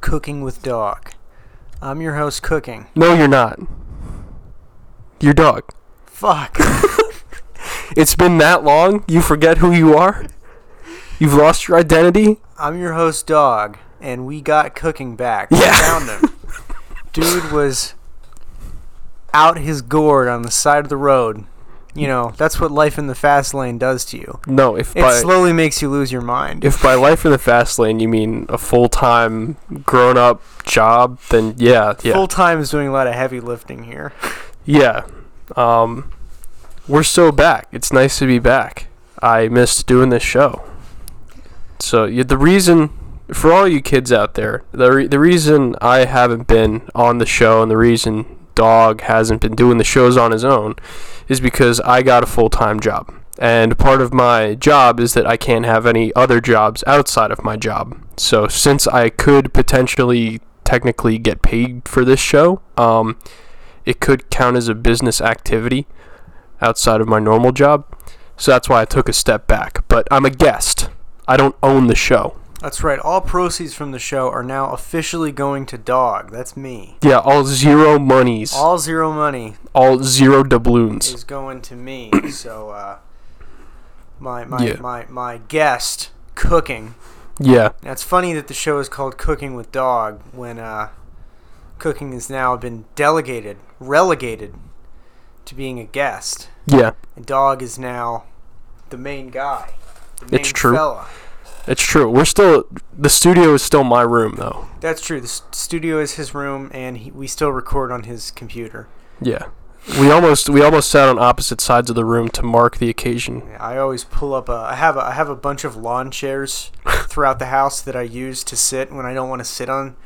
Cooking with Dog. I'm your host, Cooking. No, you're not. Your dog. Fuck. It's been that long, you forget who you are? You've lost your identity? I'm your host, Dog, and we got Cooking back. Yeah. We found him. Dude was out his gourd on the side of the road. You know, that's what life in the fast lane does to you. No, if It by slowly makes you lose your mind. if by life in the fast lane you mean a full time grown up job, then yeah, yeah. Full time is doing a lot of heavy lifting here. yeah. Um we're so back. It's nice to be back. I missed doing this show. So yeah, the reason for all you kids out there, the re- the reason I haven't been on the show and the reason Dog hasn't been doing the shows on his own is because I got a full time job. And part of my job is that I can't have any other jobs outside of my job. So since I could potentially technically get paid for this show, um, it could count as a business activity outside of my normal job. So that's why I took a step back. But I'm a guest. I don't own the show. That's right. All proceeds from the show are now officially going to Dog. That's me. Yeah, all zero monies, all, All zero money zero doubloons. is going to me. So uh, my my, Yeah. my my guest cooking. Yeah, Now it's funny that the show is called Cooking with Dog when uh, cooking has now been delegated, relegated to being a guest, yeah, and Dog is now the main guy. The main It's true. Fella. it's true. We're still the studio is still my room though. That's true. The s- studio is his room, and he, we still record on his computer. Yeah, we almost we almost sat on opposite sides of the room to mark the occasion. I always pull up a. I have a, I have a bunch of lawn chairs throughout the house that I use to sit when I don't want to sit on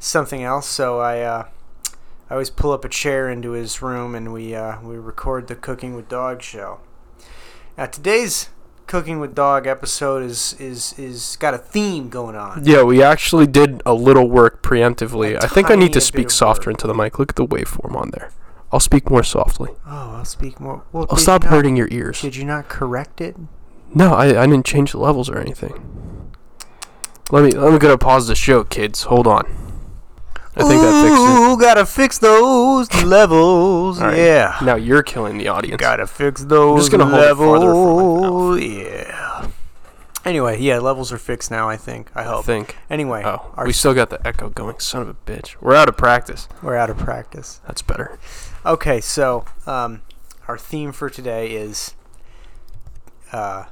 something else. So I, uh, I always pull up a chair into his room and we uh, we record the Cooking with Dog show. Now today's Cooking with Dog episode is is is got a theme going on. Yeah, we actually did a little work preemptively. A I think I need tiny to bit speak of softer work. into the mic. Look at the waveform on there. I'll speak more softly. Oh, I'll speak more. Well, I'll did stop you not- hurting your ears. Did you not correct it? No, I, I didn't change the levels or anything. Let me let me go to pause the show, kids. Hold on. I think that Ooh, gotta fix those levels. All right. Yeah. fixed it. Now you're killing the audience. Gotta fix those. just gonna hold it farther levels. Yeah. Anyway, yeah, levels are fixed now. I think. I I hope. think. Anyway, Oh, our, we still got the echo going. Son of a bitch. We're out of practice. we're out of practice. That's better. Okay, so um, our theme for today is uh,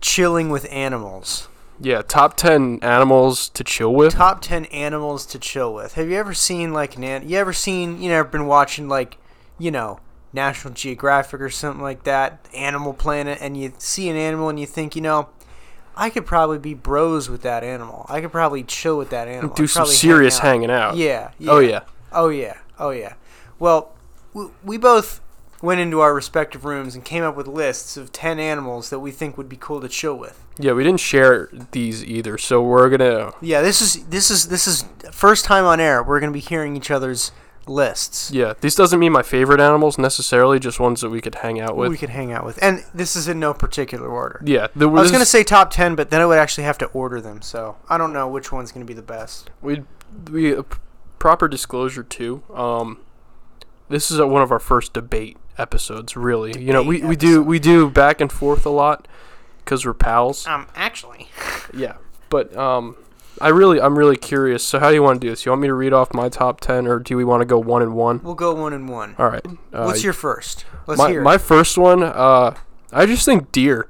chilling with animals. Yeah, top ten animals to chill with. Top ten animals to chill with. Have you ever seen like an? an- You ever seen? You know, been watching like, you know. National Geographic or something like that, Animal Planet, and you see an animal and you think, you know, I could probably be bros with that animal. I could probably chill with that animal. Do I'd some probably hang serious out. hanging out. Yeah, Oh yeah. Oh yeah. Oh yeah. Well, w- we both went into our respective rooms and came up with lists of ten animals that we think would be cool to chill with. Yeah, we didn't share these either, so we're gonna Yeah, this is this is this is first time on air. We're gonna be hearing each other's lists. Yeah. This doesn't mean my favorite animals necessarily, just ones that we could hang out who with. we could hang out with, and this is in no particular order. yeah. The, I was gonna say top ten, but then I would actually have to order them, so I don't know which one's gonna be the best. we we uh, p- proper disclosure too. Um, this is uh one of our first debate episodes. Really, you know, we, Debate we do we do back and forth a lot because we're pals. Um, actually, Yeah, but um, I really I'm really curious. So how do you want to do this? You want me to read off my top ten, or do we want to go one and one? we'll go one and one. All right. Uh, What's your first? Let's my hear my it. first one? Uh, I just think deer.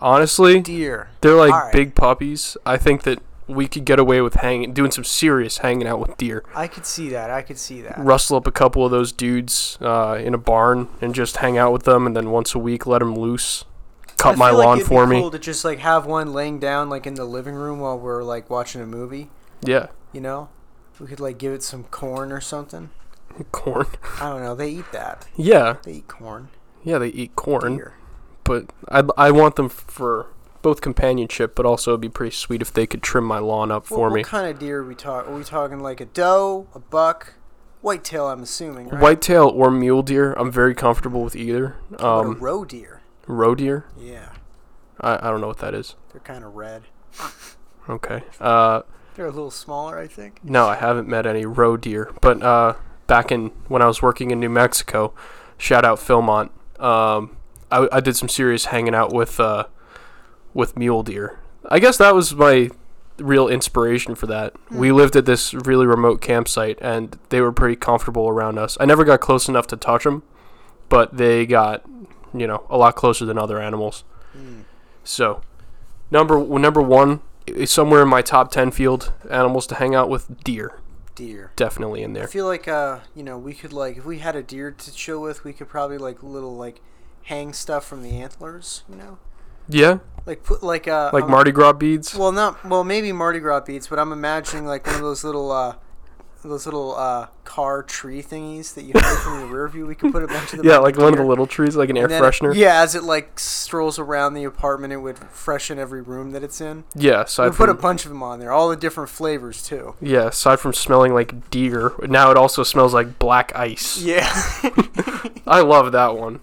Honestly, deer. they're like Alright. big puppies. I think that we could get away with hanging, doing some serious hanging out with deer. I could see that. I could see that. rustle up a couple of those dudes uh, in a barn and just hang out with them, and then once a week let them loose, I cut feel my like lawn it'd for be me. Cool to just like have one laying down like in the living room while we're like watching a movie. Yeah, You know, we could like give it some corn or something. corn. I don't know. They eat that. Yeah, They eat corn. yeah, they eat corn, Deer. but I I want them for both companionship, but also it'd be pretty sweet if they could trim my lawn up What, for what me. kind of deer are we talking? Are we talking like a doe, a buck, whitetail? I'm assuming. Right? Whitetail or mule deer, I'm very comfortable with either. What, a Um, roe deer. roe deer, Yeah, I, I don't know what that is. they're kind of red. Okay. Uh, They're a little smaller, I think. No, I haven't met any roe deer. But uh, back in when I was working in New Mexico, shout out Philmont. Um, I, I did some serious hanging out with uh, with mule deer. I guess that was my real inspiration for that. We lived at this really remote campsite, and they were pretty comfortable around us. I never got close enough to touch them, but they got you know a lot closer than other animals. Hmm, So number number one is somewhere in my top ten field animals to hang out with deer. Deer. Definitely in I there. feel like uh, you know, we could like if we had a deer to chill with, we could probably like little like hang stuff from the antlers, you know, Yeah, like put like uh like I'm- Mardi Gras beads. Well, not well, maybe Mardi Gras beads, but I'm imagining like one of those little uh, those little uh, car tree thingies that you hang from the rear view. We could put a bunch of them. Yeah, on like one of the deer. little trees, like an air And then- freshener. Yeah, as it like strolls around the apartment, it would freshen every room that it's in. Yeah, aside We put a from, bunch of them on there, all the different flavors too. yeah, aside from smelling like deer, now it also smells like black ice. Yeah, I love that one.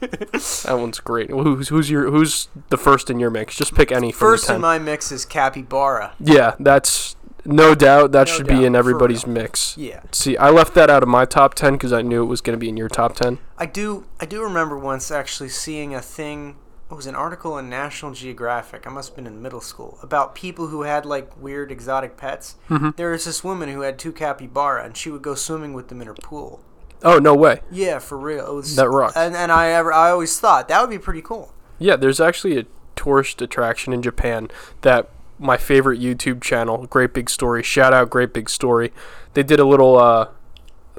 that one's great. Who's who's your who's the first in your mix? Just pick any from the first in 10. my mix is capybara. Yeah, that's no doubt that No should doubt, be in for everybody's mix. Yeah, See, I left that out of my top 10 cuz I knew it was going to be in your top 10. I do. I do remember once actually seeing a thing. It was an article in National Geographic. I must have been in middle school about people who had like weird exotic pets. Mm-hmm. There was this woman who had two capybara, and she would go swimming with them in her pool. Oh, no way. Yeah, for real. It was, That rocks. And and I ever I always thought that would be pretty cool. Yeah, there's actually a tourist attraction in Japan that my favorite YouTube channel, Great Big Story, shout out Great Big Story. They did a little uh,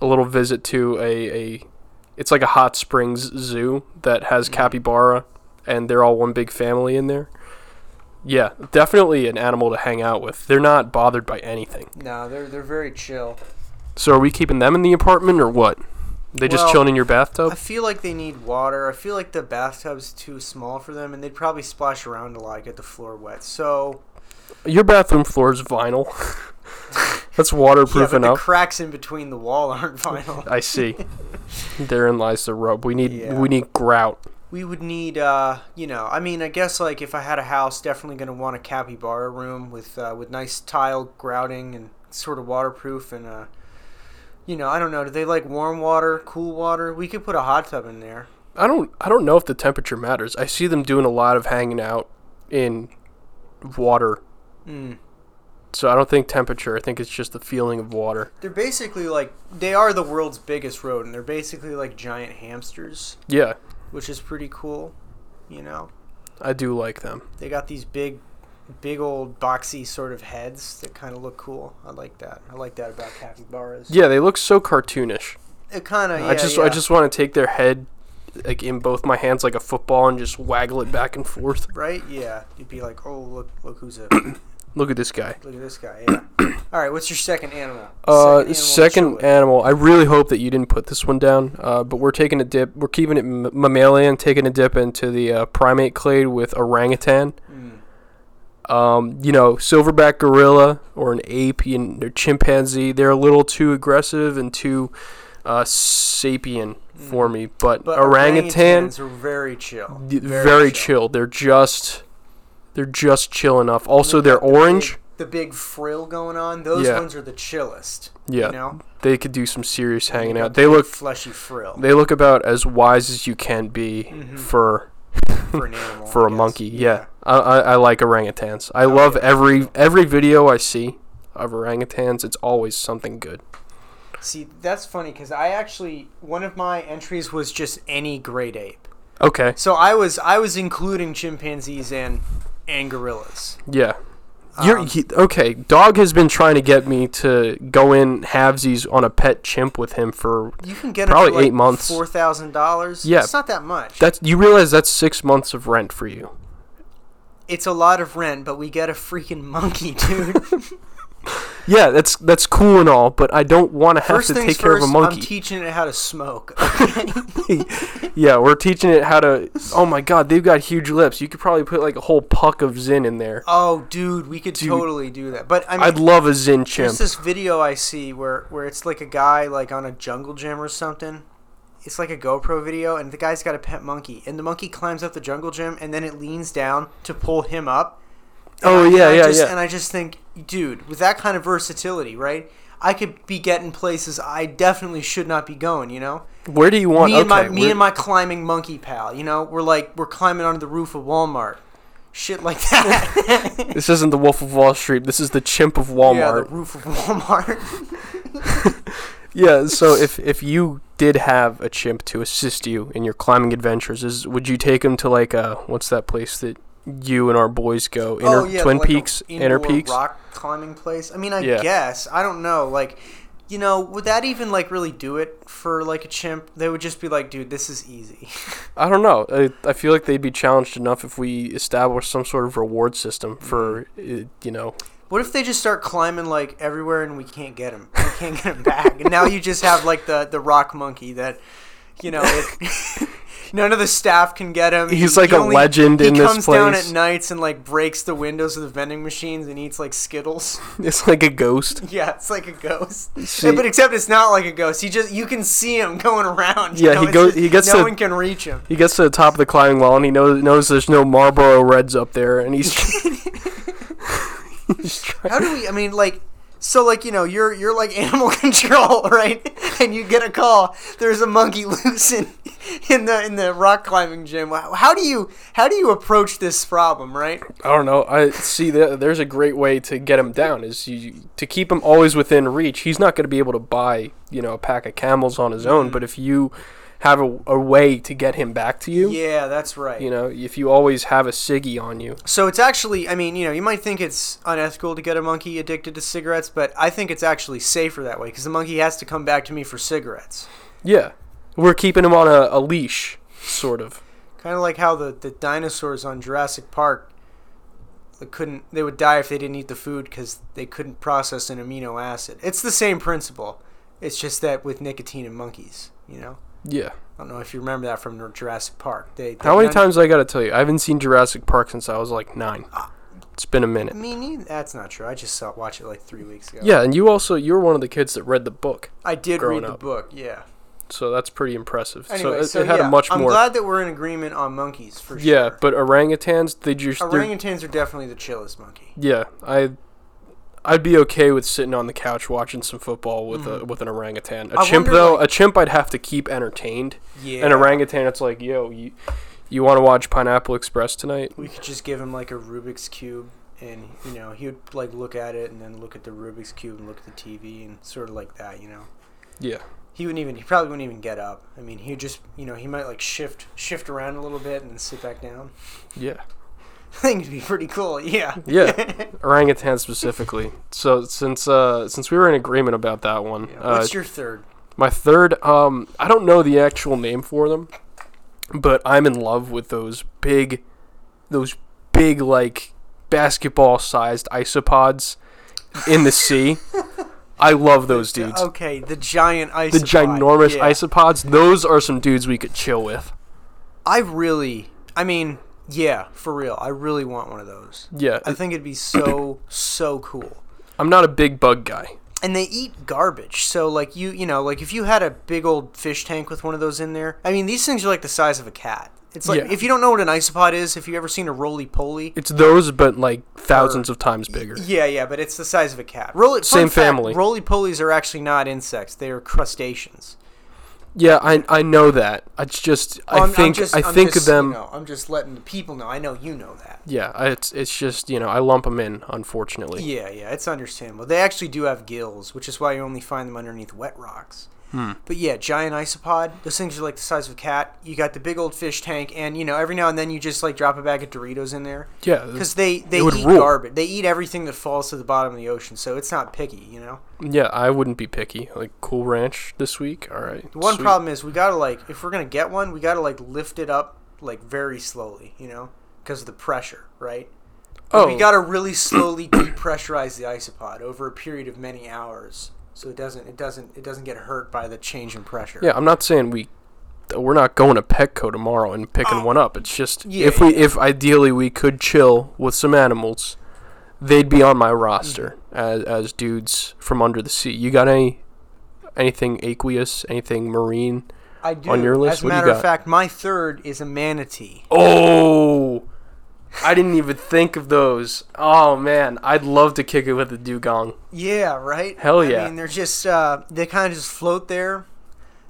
a little visit to a, a it's like a hot springs zoo that has Mm-hmm. capybara and they're all one big family in there. Yeah, definitely an animal to hang out with. They're not bothered by anything. No, they're they're very chill. So are we keeping them in the apartment or what? They just Well, chilling in your I bathtub? feel like they need water. I feel like the bathtub's too small for them, and they'd probably splash around a lot, get the floor wet. So Your bathroom floor is vinyl. That's yeah, but waterproof the enough. cracks in between the wall aren't vinyl. I see. Therein lies the rub. We need Yeah. we need grout. we would need uh you know i mean i guess like if i had a house definitely going to want a capybara room with uh, with nice tile grouting and sort of waterproof and uh you know i don't know do they like warm water cool water we could put a hot tub in there I don't I don't know if the temperature matters. I see them doing a lot of hanging out in water. mm. So I don't think temperature. I think it's just the feeling of water. they're basically like they are the world's biggest rodent they're basically like giant hamsters Yeah, which is pretty cool you know I do like them. they got these big big old boxy sort of heads that kind of look cool i like that i like that about capybaras Yeah, they look so cartoonish. it kind of Uh, yeah, I just I yeah. just want to take their head like in both my hands like a football and just waggle it back and forth. right? Yeah, you'd be like, oh look, look who's a Look at this guy. look at this guy. Yeah. All right, what's your second animal? Uh, to second show it. animal. I really hope that you didn't put this one down. Uh, but we're taking a dip. We're keeping it m- mammalian, taking a dip into the uh, primate clade with orangutan. Mm. Um, you know, silverback gorilla or an ape and or chimpanzee. They're a little too aggressive and too uh, sapient for me. But, Mm. But orangutan, orangutans are very chill. d- very, chill. They're just they're just chill enough. Also, They've they're got the big- orange. The big frill going on. Those Yeah. ones are the chillest. Yeah, You know, they could do some serious hanging got out. the They big look fleshy frill they look about as wise as you can be Mhm. for for an animal. for I a guess. monkey. Yeah, I, I, I like orangutans. I Oh, love yeah. every every video I see of orangutans. It's always something good. See, that's funny because I actually one of my entries was just any great ape. Okay, So I was I was including chimpanzees and and gorillas. yeah. You're, Um, he, okay, dog has been trying to get me to go in halvesies on a pet chimp with him for You can get Probably it for like eight months. Four thousand dollars. Yeah. it's not that much. that's you realize that's six months of rent for you. it's a lot of rent, but we get a freaking monkey, dude. Yeah, that's that's cool and all, but I don't want to have first to things take first, care of a monkey. I'm teaching it how to smoke. yeah, we're teaching it how to. Oh my god, they've got huge lips. You could probably put like a whole puck of zin in there. oh, dude, we could Dude. totally do that. But I mean, I'd love a zin chimp. there's this video I see where where it's like a guy like on a jungle gym or something. It's like a GoPro video, and the guy's got a pet monkey, and the monkey climbs up the jungle gym, and then it leans down to pull him up, Oh, I- yeah, I yeah, just- yeah. And I just think, dude, with that kind of versatility, right? I could be getting places I definitely should not be going. You know, Where do you want? me okay, and my me where- and my climbing monkey pal. You know, we're like we're climbing onto the roof of Walmart, shit like that. this isn't the Wolf of Wall Street. This is the Chimp of Yeah, the Walmart. roof of Walmart. Yeah. so if if you did have a chimp to assist you in your climbing adventures, is would you take him to like a what's that place that you and our boys go? Inner, Twin Oh, like a Peaks, Inner indoor Peaks. rock climbing place. I mean, I Yeah. guess I don't know. Like, you know, would that even like really do it for like a chimp? They would just be like, dude, this is easy. I don't know. I, I feel like they'd be challenged enough if we established some sort of reward system for uh, Mm. you know. what if they just start climbing like everywhere and we can't get them? We can't get them back. And now you just have like the the rock monkey that, you know. It, None of the staff can get him. He's like a legend in this He comes down place. at nights and like breaks the windows of the vending machines and eats like Skittles. It's like a ghost. Yeah, it's like a ghost. See- Yeah, but except it's not like a ghost. He just you can see him going around. you Yeah, know, he it's goes- just- he gets No to- one can reach him. He gets to the top of the climbing wall and he knows knows there's no Marlboro Reds up there, and he's. he's trying- How do we? I mean, like, so like you know, you're you're like animal control, right? And you get a call. There's a monkey loose in in the in the rock climbing gym. Wow, How do you how do you approach this problem, right? I don't know. I see that there's a great way to get him down is you, to keep him always within reach. He's not going to be able to buy you know a pack of camels on his own, but if you have a, a way to get him back to you, Yeah, that's right. you know, if you always have a ciggy on you, So it's actually, I mean, you know, you might think it's unethical to get a monkey addicted to cigarettes, but I think it's actually safer that way because the monkey has to come back to me for cigarettes. yeah, we're keeping him on a, a leash, sort of. Kind of like how the, the dinosaurs on Jurassic Park they couldn't they would die if they didn't eat the food because they couldn't process an amino acid. It's the same principle. It's just that with nicotine and monkeys, you know. Yeah. I don't know if you remember that from Jurassic Park. They, they How many none- times I got to tell you? I haven't seen Jurassic Park since I was like nine. It's been a minute. I mean, that's not true. I just saw watched it like three weeks ago. Yeah, and you also you were one of the kids that read the book, I did Growing read the up. book. Yeah. so that's pretty impressive. Anyway, so, it, so it had yeah, a much I'm more. glad that we're in agreement on monkeys for sure. yeah, but orangutans, they just they're- orangutans are definitely the chillest monkey. yeah. I I'd be okay with sitting on the couch watching some football with a with an orangutan. A Mm. I chimp wonder, though, like- a chimp I'd have to keep entertained. Yeah. An orangutan, it's like yo, you you want to watch Pineapple Express tonight? We could just give him like a Rubik's cube, and you know he would like look at it, and then look at the Rubik's cube, and look at the TV, and sort of like that, you know. Yeah. He wouldn't even. He probably wouldn't even get up. I mean, he'd just, you know, he might like shift, shift around a little bit, and then sit back down. Yeah. I think it'd be pretty cool. Yeah. Mm-hmm. Yeah. orangutan specifically. So since uh since we were in agreement about that one, Yeah. uh, What's your third? My third, um, I don't know the actual name for them, but I'm in love with those big, those big like basketball-sized isopods in the sea. I love those dudes. Okay, the giant isopod. the ginormous yeah. isopods. Those are some dudes we could chill with. I really. I mean, yeah, for real. I really want one of those. Yeah, I think it'd be so so cool. I'm not a big bug guy. and they eat garbage. So like you you know like if you had a big old fish tank with one of those in there, I mean these things are like the size of a cat. It's like Yeah. if you don't know what an isopod is, if you have ever seen a roly poly. It's those, but like thousands of times bigger. Yeah, yeah, but it's the size of a cat. Roll it. Same family. Roly polies are actually not insects; they are crustaceans. Yeah, I I know that. It's just I I'm- I'm think just- I I'm think just, them. You know, I'm just letting the people know. I know you know that. Yeah, I- it's it's just you know I lump them in unfortunately. Yeah, yeah, it's understandable. They actually do have gills, which is why you only find them underneath wet rocks. Hmm. But yeah, giant isopod. Those things are like the size of a cat. You got the big old fish tank, and you know every now and then you just like drop a bag of Doritos in there Yeah, because they they It would eat rule. garbage. They eat everything that falls to the bottom of the ocean, so it's not picky, you know. Yeah, I wouldn't be picky. Like Cool Ranch this week. All right. The one sweet. problem is we gotta like if we're gonna get one, we gotta like lift it up like very slowly, you know, because of the pressure, right? Oh, We gotta really slowly depressurize the isopod over a period of many hours, so it doesn't it doesn't it doesn't get hurt by the change in pressure. yeah. I'm not saying we that we're not going to Petco tomorrow and picking one up. It's just Uh, Yeah, if we if ideally we could chill with some animals, they'd be on my roster Mm. as as dudes from under the sea. You got any anything aqueous? Anything marine? I do. On your list, as a what do you matter of got? fact, my third is a manatee. Oh, I didn't even think of those. Oh man, I'd love to kick it with a dugong. Yeah, right. Hell I yeah. mean, they're just uh, they kind of just float there.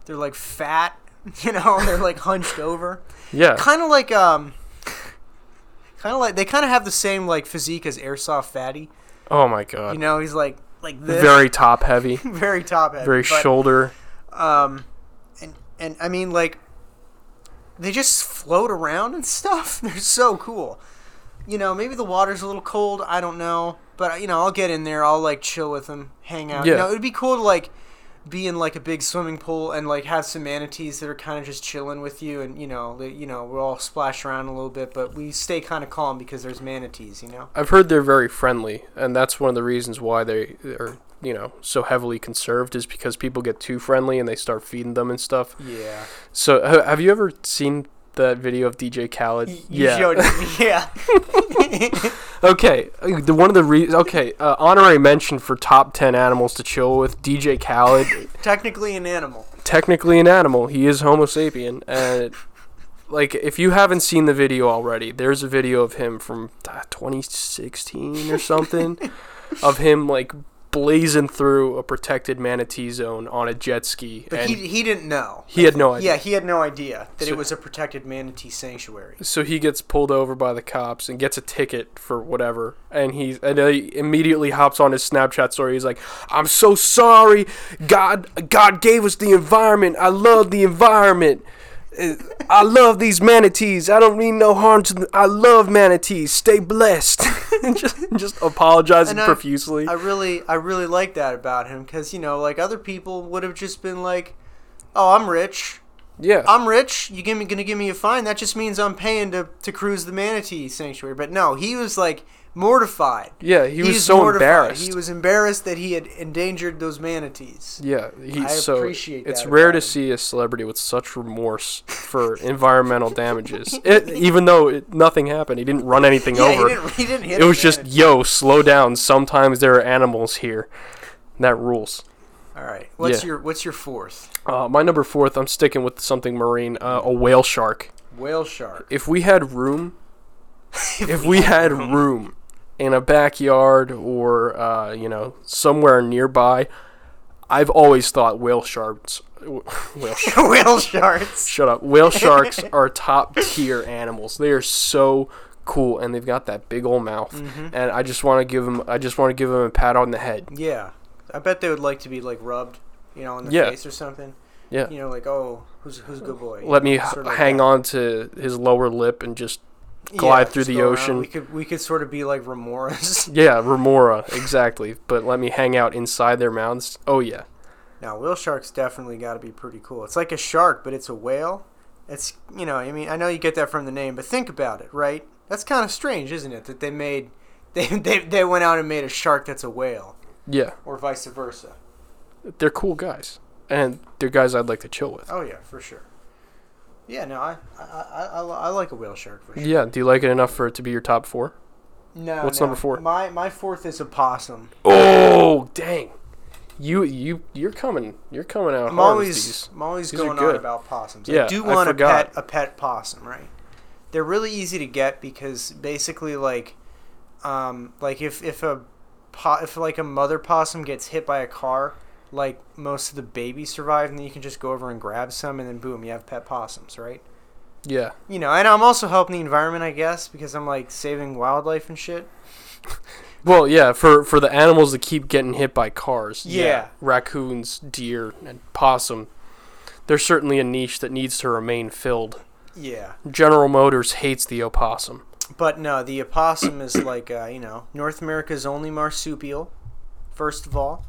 They're like fat, you know. They're like hunched over, Yeah. kind of like um, kind of like they kind of have the same like physique as Airsoft Fatty. Oh my You god. know, he's like like this, Very top heavy. very top heavy, Very but, shoulder. Um, and and I mean like, they just float around and stuff. They're so cool. You know, maybe the water's a little cold. I don't know, but you know, I'll get in there. I'll like chill with them, hang out. You Yeah. know, it'd be cool to like be in like a big swimming pool and like have some manatees that are kind of just chilling with you and you know they- you know we'll all splash around a little bit but we stay kind of calm because there's manatees you know I've heard they're very friendly, and that's one of the reasons why they are, you know, so heavily conserved is because people get too friendly and they start feeding them and stuff. yeah So, ha- have you ever seen that video of DJ Khaled? you showed it. yeah Okay, uh, the one of the re- okay uh, honorary mention for top ten animals to chill with DJ Khaled. technically an animal technically an animal. He is Homo sapien, and like if you haven't seen the video already, there's a video of him from uh, 2016 or something, of him like blazing through a protected manatee zone on a jet ski, But and he, he, he didn't know. had no idea. Yeah, he had no idea that it So- was a protected manatee sanctuary. So he gets pulled over by the cops and gets a ticket for whatever, and he and he immediately hops on his Snapchat story. He's like, "I'm so sorry, God. God gave us the environment. I love the environment. Uh, I love these manatees. I don't mean no harm to them. I love manatees. Stay blessed." And just just apologizing And I- profusely. I really I really like that about him cuz you know, like other people would have just been like, "Oh, I'm rich. yeah, I'm rich. You give me going to give me a fine. That just means I'm paying to to cruise the manatee sanctuary." But no, he was like mortified. yeah. He was, He's so mortified. embarrassed. He was embarrassed that he had endangered those manatees. Yeah, he's I so appreciate it's that rare about to him. see a celebrity with such remorse for environmental damages. It, even though it, nothing happened, he didn't run anything Yeah, over. he didn't, he didn't hit it the was just manatee. yo, slow down. Sometimes there are animals here. That rules. All right. What's Yeah. your what's your fourth? Uh, my number fourth, I'm sticking with something marine, uh, a whale shark. Whale shark. If we had room, if we had room in a backyard or uh, you know somewhere nearby, I've always thought whale sharks, whale whale sharks. Shut up. Whale sharks are top tier animals. They are so cool, and they've got that big old mouth. Mm-hmm. And I just want to give them. I just want to give them a pat on the head. Yeah, I bet they would like to be like rubbed, you know, in the Yeah. face or something. Yeah. You know, like oh, who's who's a good boy? Let me h Sort of like hang that. on to his lower lip and just glide through just the go around. ocean. We could we could sort of be like remoras. yeah, remora exactly. But let me hang out inside their mouths. Oh yeah, now, whale sharks definitely got to be pretty cool. It's like a shark, but it's a whale. It's you know, I mean, I know you get that from the name, but think about it, right? That's kind of strange, isn't it? That they made they, they they went out and made a shark that's a whale, yeah. or vice versa. They're cool guys, and they're guys I'd like to chill with. Oh yeah, for sure. Yeah, no, I I, I, I, I like a whale shark for sure. Yeah. Do you like it enough for it to be your top four? No. What's no. number four? My my fourth is a possum. Oh dang. You you you're coming you're coming out. I'm hard with always these. I'm always These are going good. on about possums. Yeah, I do I want a forgot. pet a pet possum, right? They're really easy to get because basically like um like if if a po- if like a mother possum gets hit by a car, like most of the babies survive and then you can just go over and grab some and then boom, you have pet possums, right? Yeah. You know, and I'm also helping the environment, I guess, because I'm like saving wildlife and shit. Well, yeah, for for the animals that keep getting hit by cars. Yeah. Raccoons, deer, and possum. There's certainly a niche that needs to remain filled. Yeah. General Motors hates the opossum. But no, the opossum is like uh, you know North America's only marsupial. First of all,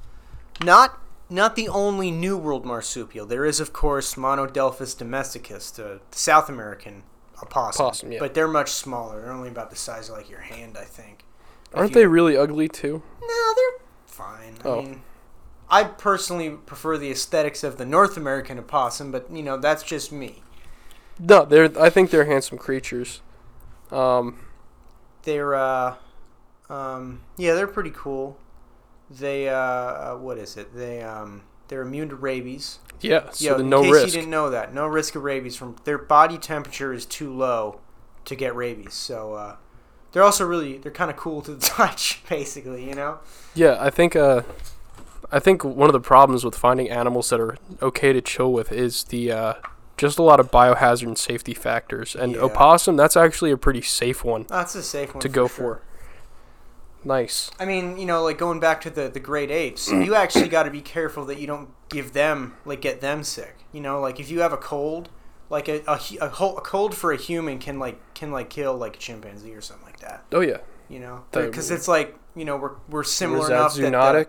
not not the only New World marsupial. There is of course Monodelphus domesticus, the South American opossum. Opossum, yeah. But they're much smaller. They're only about the size of like your hand, I think. If Aren't you- they really ugly too? No, they're fine. I Oh. mean, I personally prefer the aesthetics of the North American opossum, but you know that's just me. No, they're. I think they're handsome creatures. Um, they're uh um yeah they're pretty cool they uh, uh what is it they um they're immune to rabies yeah. So Yo, the no in case risk. you didn't know that no risk of rabies from their body temperature is too low to get rabies so uh they're also really they're kind of cool to the touch, basically. You know. Yeah, I think uh, I think one of the problems with finding animals that are okay to chill with is the uh, just a lot of biohazard and safety factors. And Yeah. opossum, that's actually a pretty safe one Oh, that's a safe one to go sure. for. Nice. I mean, you know, like going back to the the great apes, you actually got to be careful that you don't give them like get them sick. You know, like if you have a cold, like a a, hu- a, whole, a cold for a human can like can like kill like a chimpanzee or something like that. Oh yeah, You know, That- because it's like you know we're we're similar Was enough that zoonotic?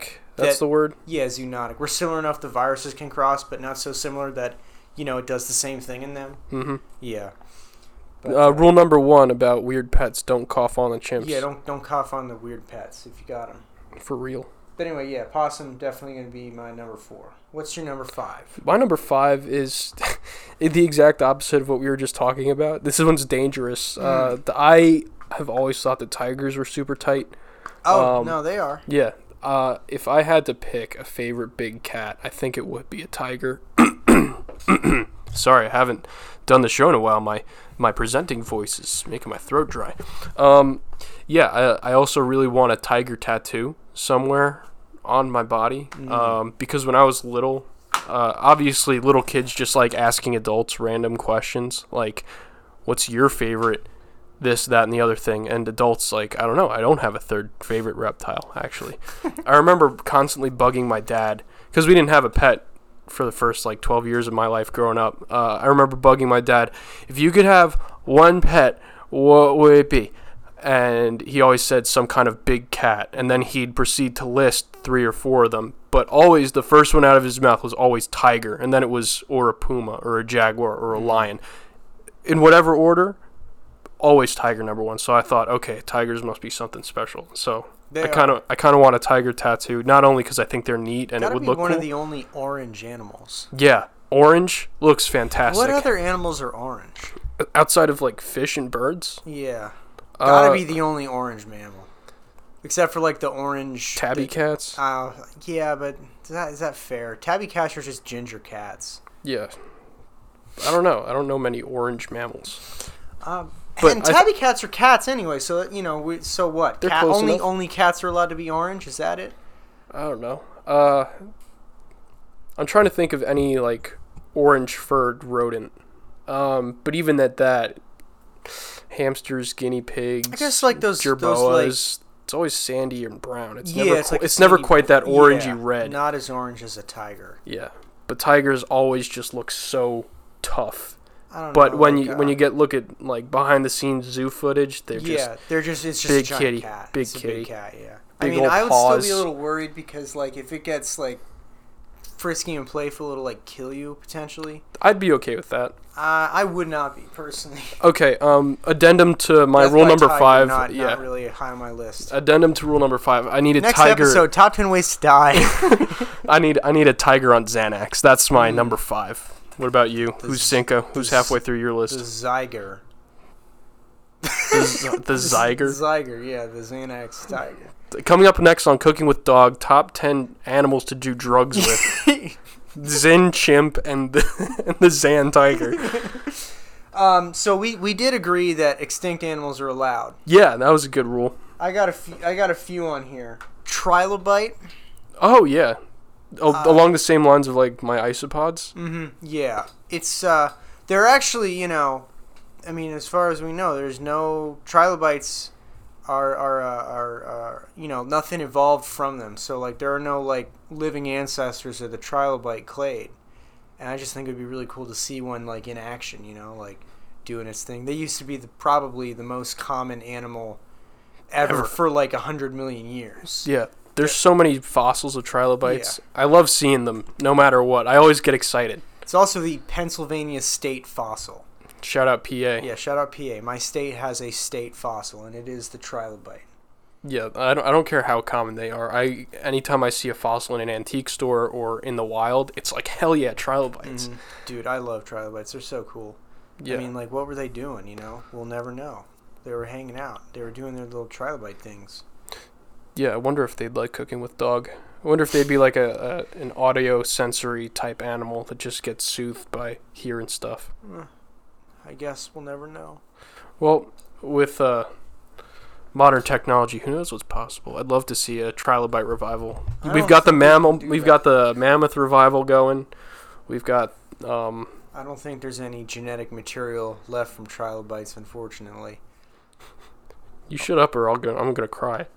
that- that's the word. that yeah zoonotic. We're similar enough the viruses can cross, but not so similar that you know it does the same thing in them. Mm-hmm. Yeah. But, Uh, rule number one about weird pets: don't cough on the chimps. yeah, don't don't cough on the weird pets if you got them. for real. But anyway, yeah, possum definitely going to be my number four. What's your number five? My number five is the exact opposite of what we were just talking about. This one's dangerous. Uh, the, I have always thought that tigers were super tight. Oh Um, no, they are. Yeah. Uh, if I had to pick a favorite big cat, I think it would be a tiger. Sorry, I haven't done the show in a while. My my presenting voice is making my throat dry. Um, yeah, I, I also really want a tiger tattoo somewhere on my body um, because when I was little, uh, obviously little kids just like asking adults random questions like, "What's your favorite this, that, and the other thing. And adults, like, I don't know, I don't have a third favorite reptile, actually. I remember constantly bugging my dad because we didn't have a pet for the first like 12 years of my life growing up. Uh, I remember bugging my dad, if you could have one pet, what would it be? And he always said some kind of big cat. And then he'd proceed to list three or four of them. But always the first one out of his mouth was always tiger. And then it was or a puma or a jaguar or Mm-hmm. a lion. In whatever order, always tiger number one. So I thought, okay, tigers must be something special. So They I kind of I kind of want a tiger tattoo, not only because I think they're neat and gotta it would be look one cool. of the only orange animals. yeah, orange looks fantastic. What other animals are orange? outside of like fish and birds? Yeah, gotta Uh, be the only orange mammal, except for like the orange tabby the- cats. Uh, yeah, but is that is that fair? Tabby cats are just ginger cats. yeah, I don't know. I don't know many orange mammals. Um, But and I- tabby cats are cats anyway, so you know, we, so what? They're Cat, close only enough. only cats are allowed to be orange. Is that it? I don't know. Uh, I'm trying to think of any like orange furred rodent. Um, but even at that, hamsters, guinea pigs. I guess like those gerboas. those like it's always sandy and brown. It's Yeah, never it's, it's like a it's never sandy- quite that orangey yeah, red. Not as orange as a tiger. yeah, but tigers always just look so tough. I don't But know, when like, you uh, when you get look at like behind the scenes zoo footage, they're yeah, just they're just it's just big a giant kitty, cat. big it's a kitty. big cat. Yeah, I Big mean, ol' I would still be paws. a little worried because like if it gets like frisky and playful, it'll like kill you potentially. I'd be okay with that. Uh, I would not be personally. Okay, um, addendum to my Death rule by number tiger, five. Not, yeah, not really high on my list. addendum to rule number five. I need a Next tiger. episode, top ten ways to die. I need I need a tiger on Xanax. That's Mm. my number five. What about you? Who's z- Cinco? Who's the z- halfway through your the list? Zyger. The, z- the Zyger. Zyger, yeah, the Xanax tiger. Coming up next on Cooking with Dog, top 10 animals to do drugs with. Zen chimp and the, and the Zan tiger. Um, so we we did agree that extinct animals are allowed. Yeah, that was a good rule. I got a few, I got a few on here. Trilobite. Oh, yeah. Al Uh, along the same lines of like my isopods. Mm-hmm. Yeah, it's uh, they're actually you know, I mean, as far as we know, there's no trilobites are are uh, are, are you know nothing evolved from them. So like there are no like living ancestors of the trilobite clade, and I just think it'd be really cool to see one like in action. You know, like doing its thing. They used to be the, probably the most common animal ever, Ever. for like a hundred million years. Yeah. There's so many fossils of trilobites. I love seeing them no matter what. I always get excited. It's also the Pennsylvania state fossil. Shout out PA. Yeah, shout out PA. My state has a state fossil, and it is the trilobite. Yeah, I don't, I don't care how common they are. I anytime I see a fossil in an antique store or in the wild, it's like hell yeah, trilobites. Dude, I love trilobites. They're so cool. Yeah. Mm-hmm. I mean, like, what were they doing? You know, we'll never know. They were hanging out. They were doing their little trilobite things. Yeah, I wonder if they'd like cooking with dog. I wonder if they'd be like a, a an audio sensory type animal that just gets soothed by hearing stuff. I guess we'll never know. Well, with uh, modern technology, who knows what's possible? I'd love to see a trilobite revival. I We've don't got the think they can mammal, do we've that. got the mammoth revival going. We've got um, I don't think there's any genetic material left from trilobites, unfortunately. you shut up or I'll go, I'm gonna cry.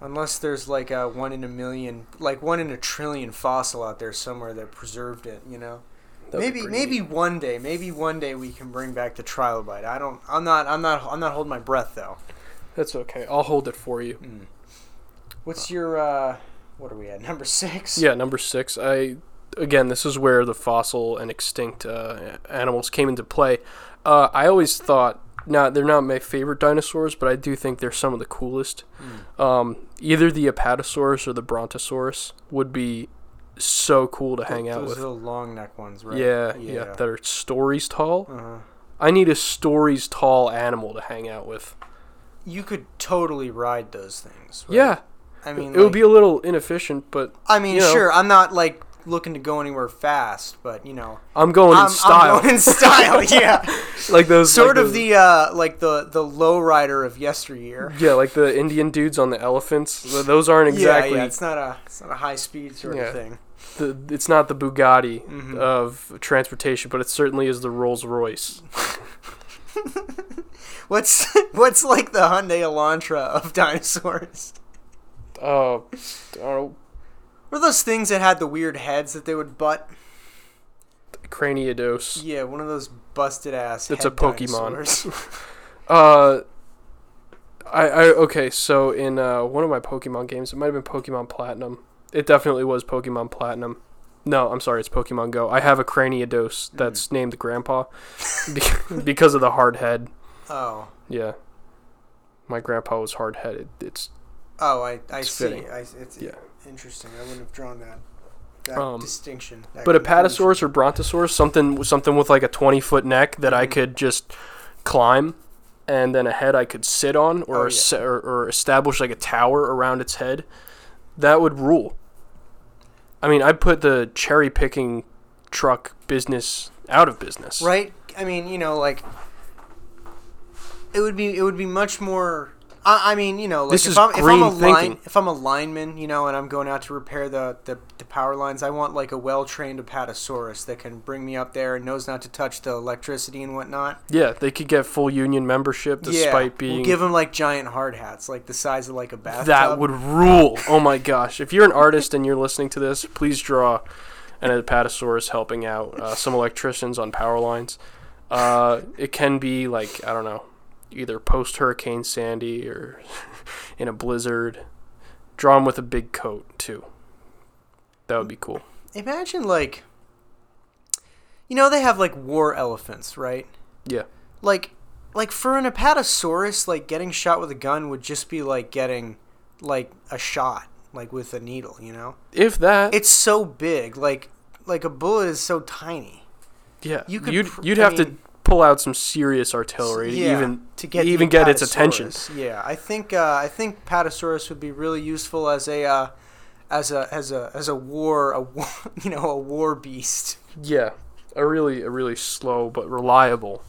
Unless there's like a one in a million, like one in a trillion fossil out there somewhere that preserved it, you know. That'd maybe be pretty maybe neat. one day, maybe one day we can bring back the trilobite. I don't. I'm not. I'm not. I'm not holding my breath though. that's okay. I'll hold it for you. Mm. What's your? uh What are we at? Number six. Yeah, number six. I again, this is where the fossil and extinct uh, animals came into play. Uh, I always thought, now they're not my favorite dinosaurs, but I do think they're some of the coolest. Mm. Um, either the Apatosaurus or the Brontosaurus would be so cool to hang out Those with. are the long neck ones, right? Yeah, yeah, that are stories tall. uh-huh. I need a stories tall animal to hang out with. You could totally ride those things. right? Yeah, I mean, it would like- be a little inefficient, but I mean, you know. sure. I'm not like looking to go anywhere fast, but you know, I'm going I'm, in style, I'm going in style. Yeah, like those like sort of those- the uh, like the the low rider of yesteryear. Yeah, like the Indian dudes on the elephants. Th- Those aren't exactly. Yeah, yeah. It's not a it's not a high speed sort Yeah. of thing. The, it's not the Bugatti Mhm. of transportation, but it certainly is the Rolls Royce. What's what's like the Hyundai Elantra of dinosaurs? Uh, I don't know, Were those things that had the weird heads that they would butt? Craniodos. Yeah, one of those busted ass. That's head a Pokemon. dinosaurs. Uh, I, I okay. So in uh, one of my Pokemon games, it might have been Pokemon Platinum. It definitely was Pokemon Platinum. No, I'm sorry, it's Pokemon Go. I have a Craniodos Mm. that's named Grandpa be- because of the hard head. oh, Yeah, my grandpa was hard headed. It's oh, I I It's see. fitting. I, it's Yeah. interesting. I wouldn't have drawn that that Um, distinction. that But a conclusion. patasaurus or brontosaurus, something something with like a twenty foot neck that I Mhm. could just climb, and then a head I could sit on, Oh, or, yeah. a se- or or establish like a tower around its head. That would rule. I mean, I put the cherry picking truck business out of business. right i mean you know like it would be it would be much more i, I mean you know like This if, is I'm, if i'm a green line thinking. if i'm a lineman you know and i'm going out to repair the the, the power lines i want like a well-trained apatosaurus that can bring me up there and knows not to touch the electricity and whatnot Yeah, they could get full union membership despite yeah being. we'll give them like giant hard hats like the size of like a bathtub that would rule. Oh my gosh! If you're an artist and you're listening to this, please draw an apatosaurus helping out uh, some electricians on power lines. Uh, it can be like I don't know, either post Hurricane Sandy or in a blizzard. Draw 'em with a big coat too. That would be cool. imagine like you know they have like war elephants right Yeah. like like for an apatosaurus like getting shot with a gun would just be like getting like a shot like with a needle you know If that, it's so big like like a bullet is so tiny yeah, you you could would pr- you'd I have mean- to pull out some serious artillery to Yeah, Oh, even to get the even get its attention. Apatosaurus. yeah i think uh, i think patasaurus would be really useful as a uh, as a as a as a war a war, you know a war beast Yeah, a really a really slow but reliable.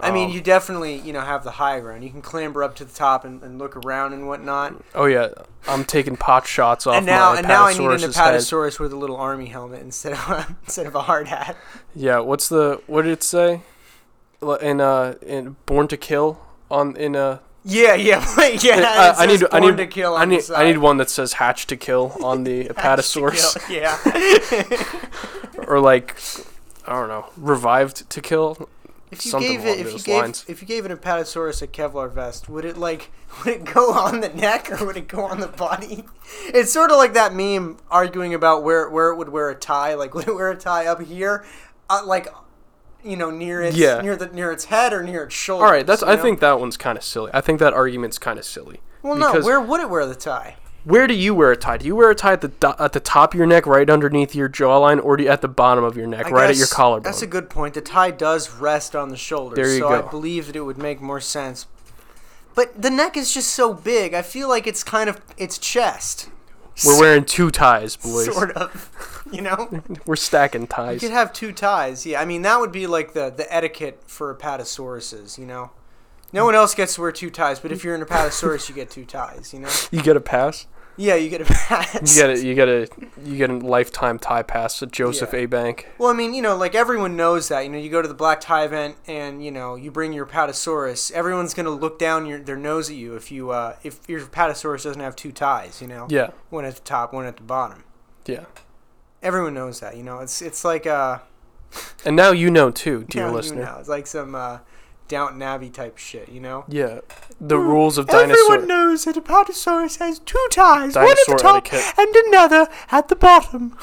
I mean, um, you definitely you know have the high ground. You can clamber up to the top and, and look around and whatnot. Oh yeah, I'm taking pot shots off and now my and now I need an Apatosaurus's head. apatosaurus with a little army helmet instead of a, instead of a hard hat. Yeah, what's the what did it say? L- In uh, in Born to Kill on in uh, Yeah, yeah, wait, yeah. I- it I says need- I born need- to kill. I on need the I need side. one that says Hatch to Kill on the Apatosaurus Kill, Yeah. or like I don't know, Revived to Kill. if you Something gave along it, if you those gave, lines. if you gave an apatosaurus a Kevlar vest, would it like would it go on the neck or would it go on the body? It's sort of like that meme arguing about where where it would wear a tie. Like would it wear a tie up here, uh, like you know near its Yeah. near the near its head or near its shoulder? All right, that's I think that one's kind of silly. I think that argument's kind of silly. Well, no. because- Where would it wear the tie? Where do you wear a tie? Do you wear a tie at the do- at the top of your neck, right underneath your jawline, or do you, at the bottom of your neck, I right at guess your collarbone? That's a good point. The tie does rest on the shoulder, There you so I go. believe that it would make more sense. But the neck is just so big. I feel like it's kind of its chest, We're wearing two ties, boys. sort of. You know, We're stacking you ties. could have two ties. Yeah, I mean that would be like the the etiquette for apatosauruses. You know, No one else gets to wear two ties, but if you're an apatosaurus, you get two ties. You know? You get a pass. Yeah, you get a pass. You get a you get a you get a lifetime tie pass to Joseph Yeah. A. Bank. Well, I mean, you know, like everyone knows that. You know, you go to the black tie event and you know you bring your patasaurus. Everyone's gonna look down your, their nose at you if you uh, if your patasaurus doesn't have two ties. You know, Yeah, one at the top, one at the bottom. yeah. Everyone knows that. You know, it's it's like uh, And now you know too, dear now you listener. know. it's like some uh, Downton Abbey type shit. You know, Yeah, the Hmm, rules of dinosaur. Everyone knows that a patasaurus has two ties, Dinosaur one at the top etiquette. and another at the bottom.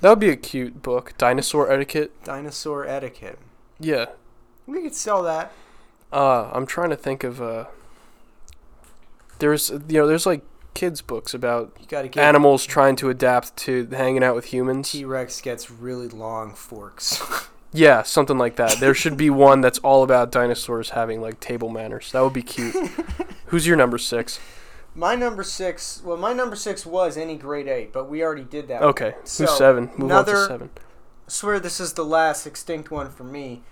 That would be a cute book, dinosaur etiquette. Dinosaur etiquette. Yeah. We could sell that. Uh, I'm trying to think of uh. There's you know there's like kids books about You gotta get animals trying to adapt to hanging out with humans. T Rex gets really long forks. Yeah, something like that. There should be one that's all about dinosaurs having like table manners. That would be cute. Who's your number six? My number six. Well, my number six was any grade eight, but we already did that. one. Okay, So, who's seven? Move on another- to seven. I swear this is the last extinct one for me.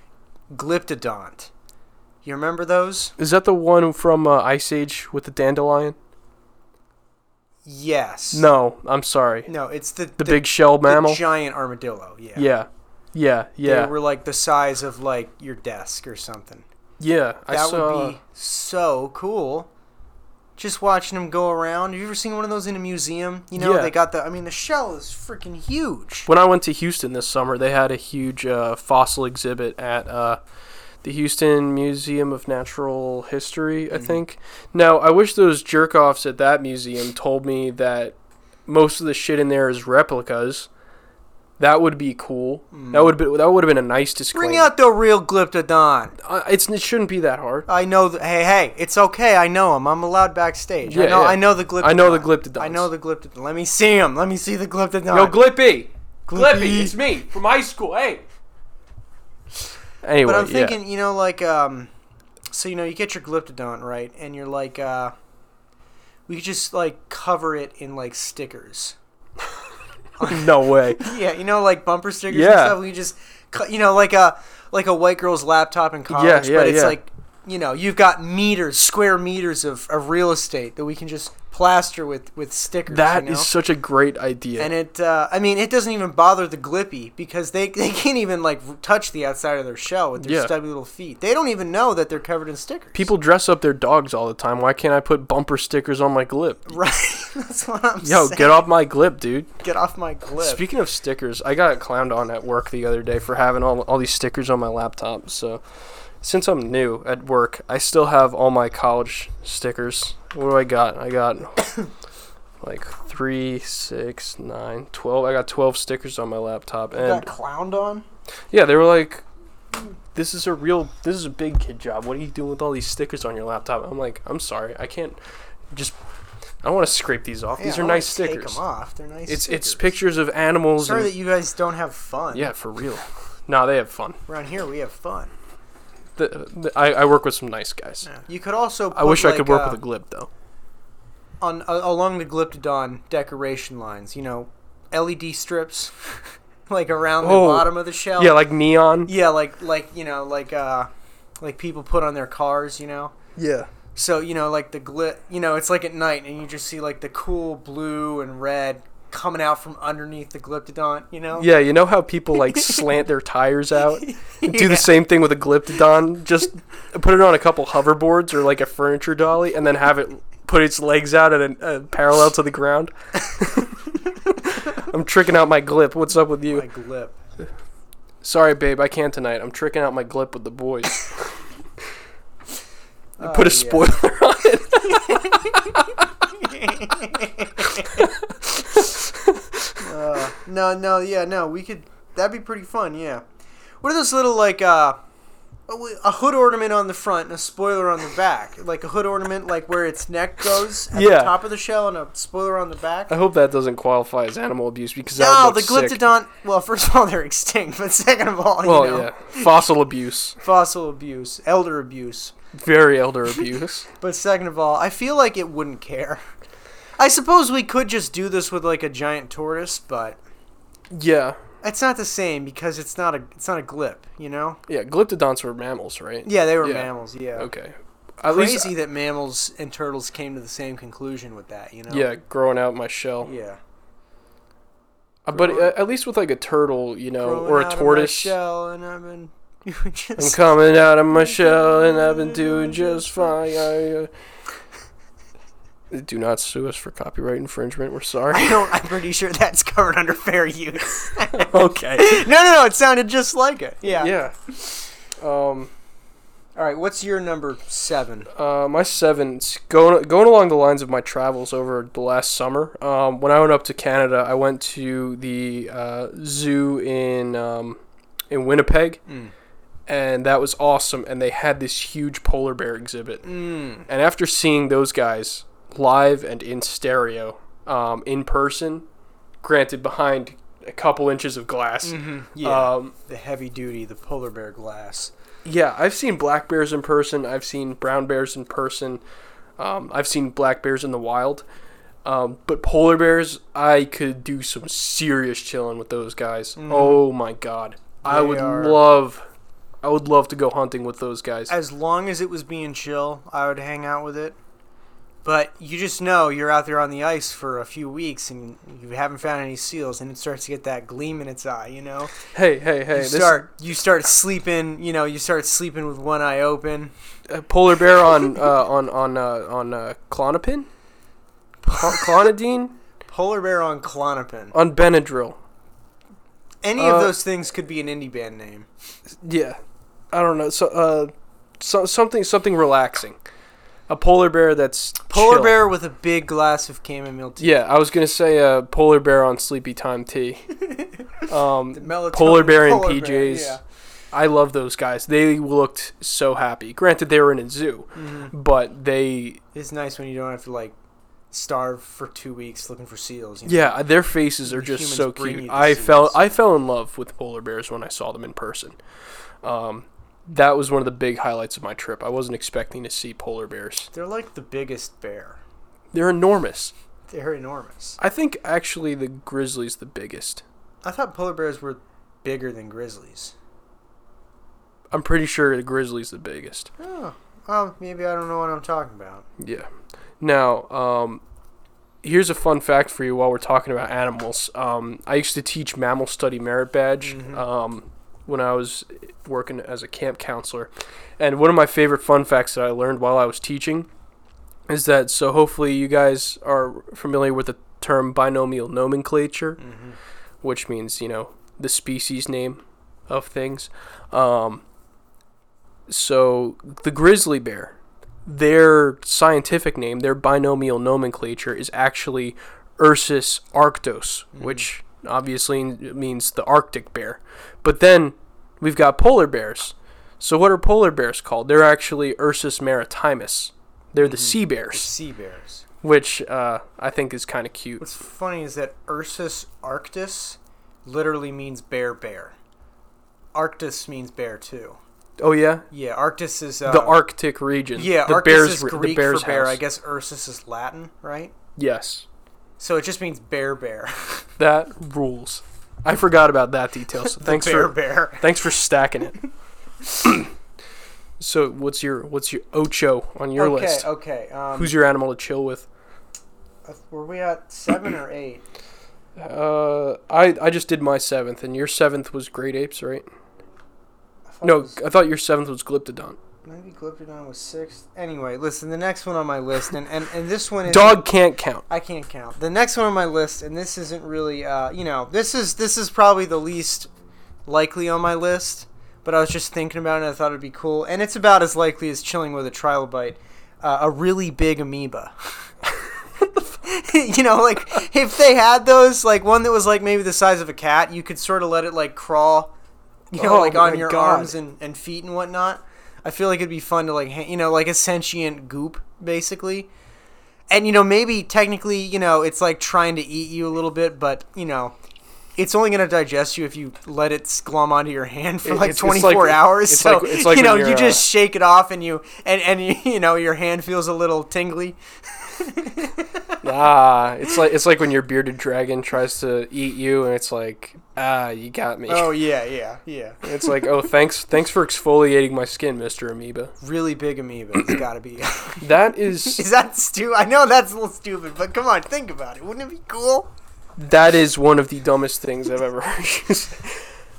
Glyptodont. You remember those? Is that the one from uh, Ice Age with the dandelion? Yes. No, I'm sorry. No, it's the The, big shell the mammal. giant armadillo. Yeah. yeah, yeah, yeah, They were like the size of like your desk or something. yeah. I that saw. would be so cool. Just watching them go around. Have you ever seen one of those in a museum? You know, Yeah. they got the. I mean, the shell is freaking huge. When I went to Houston this summer, they had a huge uh, fossil exhibit at uh, the Houston Museum of Natural History, I Mhm. think. Now, I wish those jerk offs at that museum told me that most of the shit in there is replicas. That would be cool. That would be that would have been a nice disclaimer. Mm. Bring out the real Glyptodon. Uh, it's it shouldn't be that hard. I know. The, hey, hey, it's okay. I know him. I'm allowed backstage. I Yeah, know. yeah. I know the glyptodon. I know the glyptodons. I know the glyptodon. Let me see him. Let me see the glyptodon. Yo, Glippy. Glippy. Glippy, it's me from high school. Hey. Anyway, but I'm yeah. thinking, you know, like, um, so you know, you get your glyptodon right, and you're like, uh, we could just like cover it in like stickers. no way. Yeah, you know, like bumper stickers and Yeah. stuff. We just, cut- you know, like a like a white girl's laptop in college, yeah, but it's yeah. like, you know, you've got meters, square meters of, of real estate that we can just plaster with with stickers. That you know? is such a great idea. And it, uh, I mean, it doesn't even bother the Glippy because they, they can't even like r- touch the outside of their shell with their Yeah. stubby little feet. They don't even know that they're covered in stickers. People dress up their dogs all the time. Why can't I put bumper stickers on my glip? right? That's what I'm Yo, saying. get off my glip, dude. Get off my glip. Speaking of stickers, I got clowned on at work the other day for having all, all these stickers on my laptop. So, since I'm new at work, I still have all my college stickers. What do I got? I got like three, six, nine, twelve. I got 12 stickers on my laptop. You got And clowned on. yeah, they were like, this is a real, this is a big kid job. What are you doing with all these stickers on your laptop? I'm like, I'm sorry. I can't just, I don't want to scrape these off. Yeah, these I are wanna nice Take stickers. them off. They're nice. It's it's stickers. pictures of animals. Sorry and, that you guys don't have fun. yeah, for real. No, they have fun. Around here we have fun. The, the, I, I work with some nice guys. You could also. I wish I could work a. with a glib though. on uh, along the glyptodon decoration lines, you know, LED strips like around the Oh, bottom of the shell. Yeah, like neon. yeah, like like you know, like uh like people put on their cars, you know. Yeah. So, you know, like the glit, you know, it's like at night and you just see like the cool blue and red coming out from underneath the glyptodon, you know? Yeah, you know how people like slant their tires out? And Do Yeah. the same thing with a glyptodon. Just put it on a couple hoverboards or like a furniture dolly, and then have it put its legs out at a, a parallel to the ground. I'm tricking out my glip. What's up with you? Like glip. Sorry, babe, I can't tonight. I'm tricking out my glip with the boys. Oh, put yeah. a spoiler on it. Uh, no, no, yeah, no. We could. That'd be pretty fun. Yeah. What are those little like uh, a w- a hood ornament on the front and a spoiler on the back? Like a hood ornament, like where its neck goes at Yeah. the top of the shell, and a spoiler on the back. I hope that doesn't qualify as animal abuse because that No, would the look sick. glyptodon. Well, first of all, they're extinct, but second of all, you Well, know, yeah, fossil abuse, fossil abuse, elder abuse. very elder abuse. But second of all, I feel like it wouldn't care. I suppose we could just do this with like a giant tortoise, but yeah, it's not the same because it's not a it's not a glip, you know. yeah. Glyptodonts were mammals, right? Yeah, they were Yeah. mammals. Yeah. Okay. at least Crazy that mammals and turtles came to the same conclusion with that, you know? yeah, growing out my shell. Yeah. Uh, But Growing- uh, at least with like a turtle, you know, Growing or out a of my tortoise. shell, and I've been. You were I'm just. coming out of my shell and I've been doing just fine. I, uh, Do not sue us for copyright infringement. We're sorry. I don't. I'm pretty sure that's covered under fair use. okay. no, no, no. It sounded just like it. Yeah. Yeah. Um. All right. What's your number seven? Uh, my seven it's going going along the lines of my travels over the last summer. Um, when I went up to Canada, I went to the uh, zoo in um, in Winnipeg, Mm. and that was awesome. And they had this huge polar bear exhibit. Mm. And after seeing those guys live and in stereo, um, in person, granted behind a couple inches of glass. Mm, Yeah. Um, the heavy duty, the polar bear glass. Yeah, I've seen black bears in person. I've seen brown bears in person. Um, I've seen black bears in the wild. Um, but polar bears, I could do some serious chilling with those guys. Oh my god, Mm. I They would are- love, I would love to go hunting with those guys. As long as it was being chill, I would hang out with it. But you just know you're out there on the ice for a few weeks and you haven't found any seals, and it starts to get that gleam in its eye. You know, hey, hey, hey! you This start you start sleeping. You know, you start sleeping with one eye open. uh, polar bear on uh, on on uh, on uh, clonopin, Clon- clonidine, Polar bear on Klonopin. on Benadryl. Any Uh, of those things could be an indie band name. Yeah, I don't know. So, uh, so something something relaxing. A polar bear that's Polar chill. bear with a big glass of chamomile tea. Yeah, I was gonna say a polar bear on sleepy time tea. Um, Melatonin polar bear in polar bear, PJs. I love those guys. They looked so happy. Granted, they were in a zoo, Mhm. but they It's nice when you don't have to like starve for two weeks looking for seals. You know? yeah, uh, their faces are The just humans so bring cute. you I disease. fell I fell in love with polar bears when I saw them in person. Um, that was one of the big highlights of my trip. I wasn't expecting to see polar bears. They're like the biggest bear. They're enormous. They're enormous. I think actually the grizzly's the biggest. I thought polar bears were bigger than grizzlies. I'm pretty sure the grizzly's the biggest. Oh, well, maybe I don't know what I'm talking about. Yeah. Now, um, here's a fun fact for you while we're talking about animals. Um, I used to teach mammal study merit badge Mhm. um, when I was working as a camp counselor. And one of my favorite fun facts that I learned while I was teaching is that, so hopefully you guys are familiar with the term binomial nomenclature. Mm-hmm. which means you know the species name of things. Um, so the grizzly bear, their scientific name, their binomial nomenclature is actually Ursus arctos, which obviously means the Arctic bear. But then we've got polar bears. So what are polar bears called? They're actually Ursus maritimus. They're the sea bears, Sea bears. which uh, I think is kind of cute. What's funny is that Ursus arctus literally means bear bear. Arctus means bear too. Oh yeah, Yeah, arctus is uh, the Arctic region. Yeah, the Arctus is re- Greek for bear. house. I guess Ursus is Latin, right? Yes, So it just means bear bear. that rules. I forgot about that detail. So The thanks bear for bear. thanks for stacking it. so what's your what's your ocho on your okay, list? okay. Um, Who's your animal to chill with? were we at seven or eight? Uh, I I just did my seventh, and your seventh was great apes, right? I thought it No, was- I thought your seventh was glyptodon. Maybe Glyptodon was sixth. Anyway, listen, the next one on my list, and, and, and this one is Dog can't count. I can't count. The next one on my list, and this isn't really, uh, you know, this is this is probably the least likely on my list. But I was just thinking about it, and I thought it'd be cool, and it's about as likely as chilling with a trilobite, uh, a really big amoeba. you know, like if they had those, like one that was like maybe the size of a cat, you could sort of let it like crawl, you know, Oh like my on your God. arms and, and feet and whatnot. I feel like it'd be fun to like, ha- you know, like a sentient goop, basically and you know maybe technically you know it's like trying to eat you a little bit but you know it's only going to digest you if you let it glom onto your hand for It- like it's- it's 24 like- hours it's so like- it's like you know when you're, uh, you just shake it off and you and and you, you know your hand feels a little tingly ah, it's like it's like when your bearded dragon tries to eat you, and it's like ah, you got me. Oh yeah, yeah, yeah. It's like, oh, thanks, thanks for exfoliating my skin, Mister Amoeba. Really big amoeba. It's got to be. That is Is that stupid? I know that's a little stupid, but come on, think about it. Wouldn't it be cool? that is one of the dumbest things I've ever heard.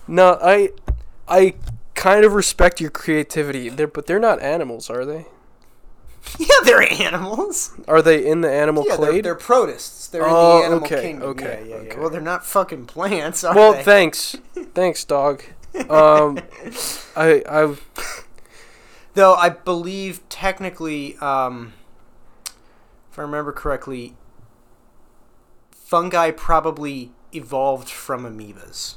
no, I, I kind of respect your creativity, they're, but they're not animals, are they? Yeah, they're animals. Are they in the animal Yeah, they're, clade? they're protists. They're in Oh, the animal okay, kingdom. okay, yeah, yeah, yeah. okay. Well, they're not fucking plants, are well, they? thanks, thanks, dog. Um, I, I, Though I believe technically, um, if I remember correctly, fungi probably evolved from amoebas.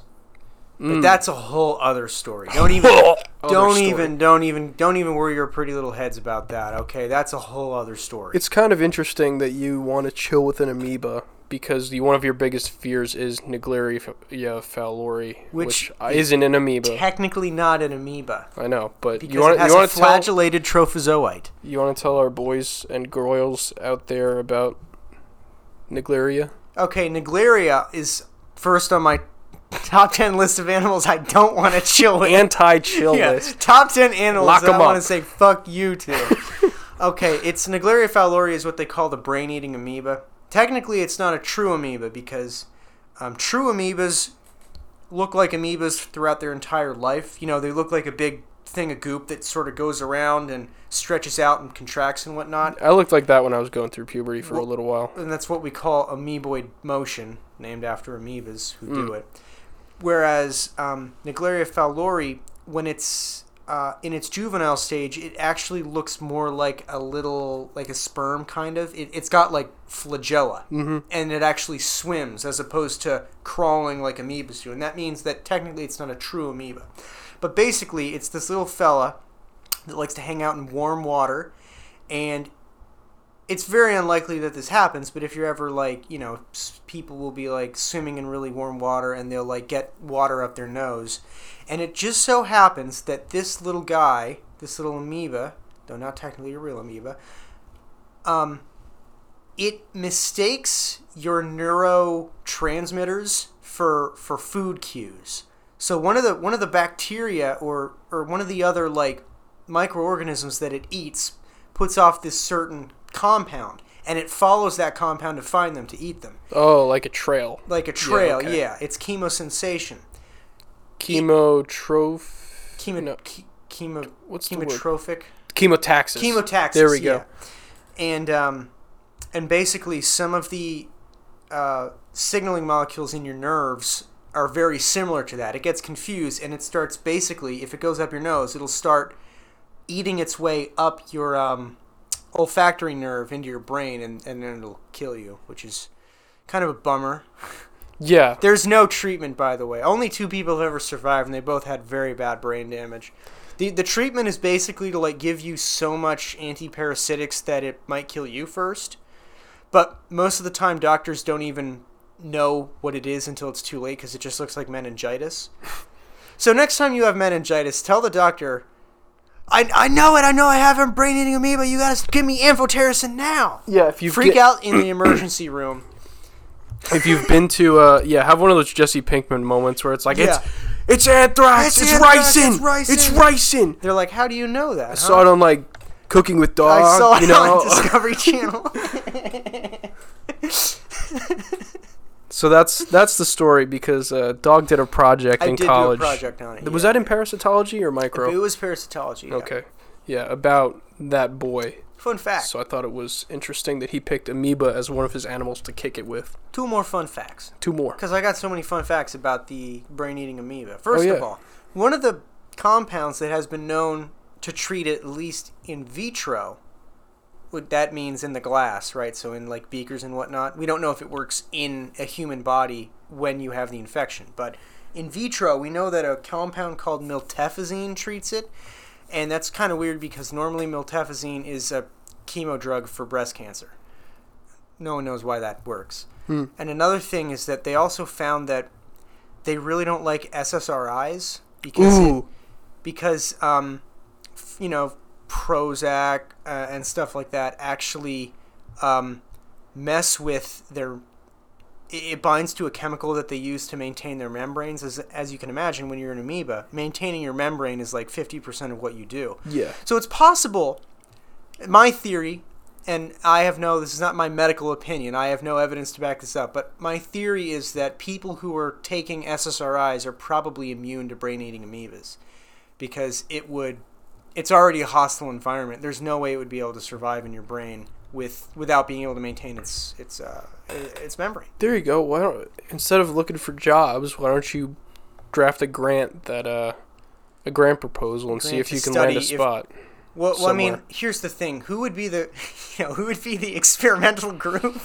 But Mm. Oh, that's a whole other story. Don't even Other don't story. even don't even don't even worry your pretty little heads about that. Okay, that's a whole other story. It's kind of interesting that you want to chill with an amoeba because the, one of your biggest fears is Nigleria fowleri, Which which, uh, isn't an amoeba. technically not an amoeba I know, but because you want it has you a want to tell flagellated trophozoite. you want to tell our boys and girls out there about Nigleria. Okay, Nigleria is first on my top ten list of animals I don't want to chill with. Anti-chill Yeah, list. top ten animals Lock that I 'em want to up. say fuck you to. okay, it's Nigleria fowleri is what they call the brain-eating amoeba. Technically, it's not a true amoeba because um, true amoebas look like amoebas throughout their entire life. You know, they look like a big thing of goop that sort of goes around and stretches out and contracts and whatnot. I looked like that when I was going through puberty for Well- a little while. And that's what we call amoeboid motion, named after amoebas who do Mm. it. Whereas um, Nigleria fowleri, when it's uh, in its juvenile stage, it actually looks more like a little, like a sperm kind of. It, it's got like flagella, Mm-hmm. and it actually swims as opposed to crawling like amoebas do. And that means that technically it's not a true amoeba. But basically, it's this little fella that likes to hang out in warm water, and it's very unlikely that this happens. But if you're ever like, you know, s- people will be like swimming in really warm water and they'll like get water up their nose, and it just so happens that this little guy, this little amoeba, though not technically a real amoeba, um, it mistakes your neurotransmitters for for food cues. So one of the one of the bacteria or or one of the other like microorganisms that it eats puts off this certain compound and it follows that compound to find them to eat them. Oh, like a trail. Like a trail, yeah. okay. it's chemosensation. Chemotroph. Chemo No. che- chemo What's the word? chemotrophic Chemotaxis. chemotaxis. There we go. yeah. And um, and basically, some of the uh, signaling molecules in your nerves are very similar to that. It gets confused, and it starts basically. If it goes up your nose, it'll start eating its way up your um, olfactory nerve into your brain, and, and then it'll kill you, which is kind of a bummer. yeah. There's no treatment, by the way. Only two people have ever survived, and they both had very bad brain damage. the The treatment is basically to like give you so much antiparasitics that it might kill you first. But most of the time, doctors don't even know what it is until it's too late because it just looks like meningitis. So next time you have meningitis, tell the doctor. I, I know it. I know I have a brain eating amoeba. You guys give me amphotericin now. Yeah. If you Freak get- out in the emergency room. if you've been to uh yeah have one of those jesse pinkman moments where it's like Yeah. it's it's anthrax It's it's, anthrax, ricin it's ricin." it's ricin They're like, "How do you know that?" i saw it on like cooking with dog I saw you it know on Discovery Channel. so that's that's the story because uh dog did a project I in did do a college project on it. was yeah. that in parasitology or micro It was parasitology. yeah. okay yeah about that boy Fun fact. so i thought it was interesting that he picked amoeba as one of his animals to kick it with Two more fun facts. two more Because I got so many fun facts about the brain eating amoeba. First Oh, yeah. of all, one of the compounds that has been known to treat it, at least in vitro, what that means in the glass, right? So in like beakers and whatnot. We don't know if it works in a human body when you have the infection, but in vitro, we know that a compound called miltefazine treats it, and that's kind of weird because normally miltefazine is a chemo drug for breast cancer. No one knows why that works. Hmm. And another thing is that they also found that they really don't like SSRIs because it- ooh because um, f- you know Prozac uh, and stuff like that actually um, mess with their it binds to a chemical that they use to maintain their membranes. As, as you can imagine, when you're an amoeba, maintaining your membrane is like 50% of what you do. Yeah. So it's possible, my theory, and I have no, this is not my medical opinion, I have no evidence to back this up, but my theory is that people who are taking SSRIs are probably immune to brain eating amoebas because it would, it's already a hostile environment. There's no way it would be able to survive in your brain. With, without being able to maintain its its uh, its membrane. There you go. Why don't instead of looking for jobs, why don't you draft a grant that uh a grant proposal and see Grant if to you can land a study if- spot. Well, well, I mean, somewhere. here's the thing: who would be the, you know, who would be the experimental group?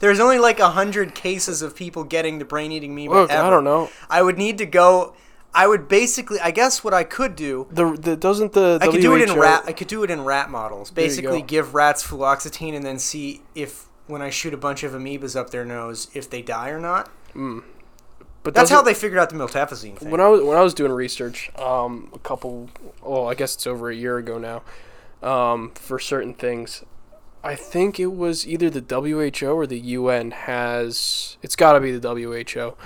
There's only like a hundred cases of people getting the brain-eating amoeba. Look, ever. I don't know. I would need to go. I would basically, I guess, what I could do. The, the doesn't the I could do it in WHO rat. I could do it in rat models. There you Basically, go. give rats fluoxetine and then see if when I shoot a bunch of amoebas up their nose, if they die or not. But That's how doesn't- they figured out the miltefazine thing. when I was when I was doing research, um, a couple, oh, I guess it's over a year ago now, um, for certain things. I think it was either the WHO or the UN has. It's got to be the WHO.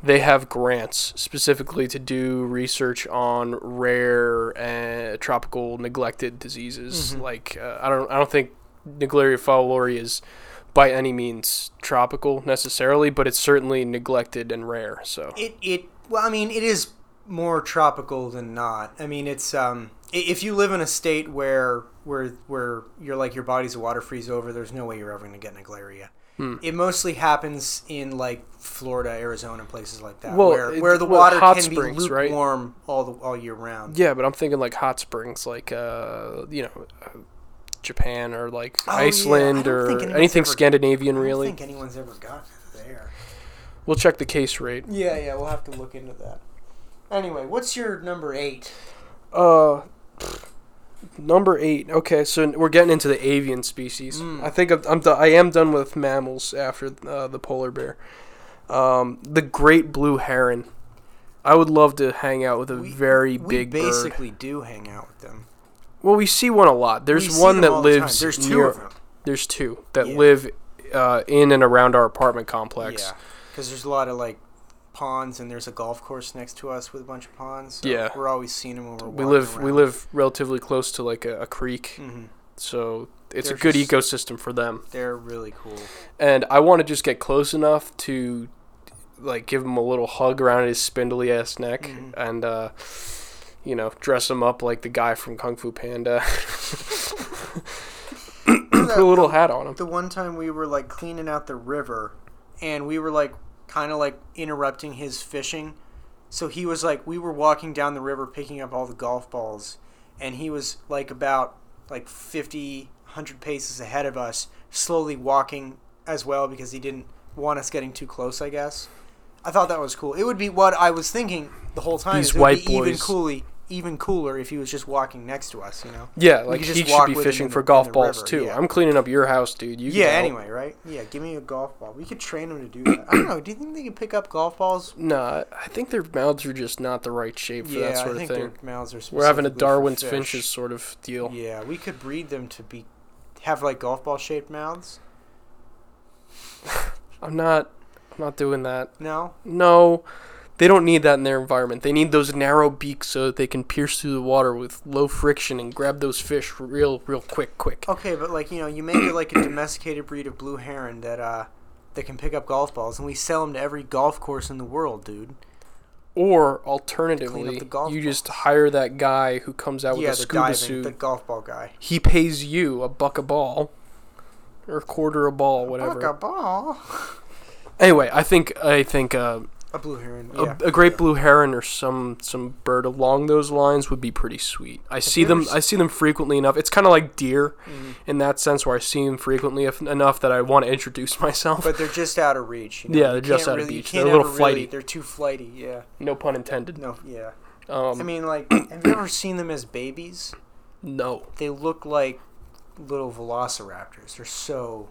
They have grants specifically to do research on rare uh, tropical neglected diseases. Like uh, I don't I don't think Neglaria fowleri is by any means tropical necessarily, but it's certainly neglected and rare. So It it well, I mean, it is more tropical than not. I mean, it's um, i- if you live in a state where where where you're like your body's a water freeze over, there's no way you're ever gonna get neglaria. Hmm. It mostly happens in like Florida, Arizona, and places like that, Well, where it- where the well, water hot can springs, be right? lukewarm all the all year round. Yeah, but I'm thinking like hot springs, like uh, you know, uh, Japan or like Oh, yeah. I Iceland don't think or anyone's anything ever- Scandinavian, I really. don't think anyone's ever gotten there. We'll check the case rate. Yeah, yeah, we'll have to look into that. Anyway, what's your number eight? Uh, number eight. Okay, so we're getting into the avian species. Mm. I think I'm, I'm do- I am done with mammals after uh, the polar bear. Um, the great blue heron. I would love to hang out with a We- very We big bird. basically do hang out with them. Well, we see one a lot. We There's see one them that all the time. lives. There's two near- of them. There's two that Yeah. live uh, in and around our apartment complex. Yeah, because there's a lot of like ponds, and there's a golf course next to us with a bunch of ponds. so Yeah. we're always seeing them when we're We walking live around. we live relatively close to like a, a creek, Mhm. so it's They're a good just- ecosystem for them. They're really cool. And I want to just get close enough to like give him a little hug around his spindly ass neck Mhm. and uh, you know dress him up like the guy from Kung Fu Panda. Put a little hat on him. the one time we were like cleaning out the river, and we were like kind of like interrupting his fishing. So he was like, we were walking down the river picking up all the golf balls, and he was like about like 50, 100 paces ahead of us, slowly walking as well because he didn't want us getting too close, I guess. I thought that was cool. It would be what I was thinking the whole time. These is it white would be even boys. cooler, even cooler if he was just walking next to us, you know? Yeah, like could he just should walk be with him fishing in the- for in golf the balls river, too. yeah. I'm cleaning up your house, dude. You can Yeah. help. Anyway, right? Yeah. Give me a golf ball. We could train them to do that. I don't know. Do you think they could pick up golf balls? No, I think their mouths are just not the right shape for that sort I of think thing. their mouths are. We're having a specifically for Darwin's fish. finches sort of deal. Yeah, we could breed them to be have like golf ball shaped mouths. I'm not I'm not doing that. No. No. They don't need that in their environment. They need those narrow beaks so that they can pierce through the water with low friction and grab those fish real real quick quick. Okay, but like you know, you make it like a domesticated breed of blue heron that uh that can pick up golf balls, and we sell them to every golf course in the world, dude. Or alternatively, the golf you just hire that guy who comes out yeah, with a the scuba diving, suit. the golf ball guy. He pays you a buck a ball or a quarter a ball, whatever. Fuck a ball. Anyway, I think I think uh, A blue heron. a, Yeah. a great blue heron or some some bird along those lines would be pretty sweet. I see you ever them s- I see them frequently enough. It's kind of like deer Mhm. in that sense where I see them frequently if, enough that I want to introduce myself. But they're just out of reach. You know? Yeah, You they're just can't out of really- you reach. can't They're a little ever really- flighty. they're too flighty. Yeah. no pun intended. No. Yeah. Um, I mean, like, have you ever seen them as babies? no. They look like little velociraptors. They're so,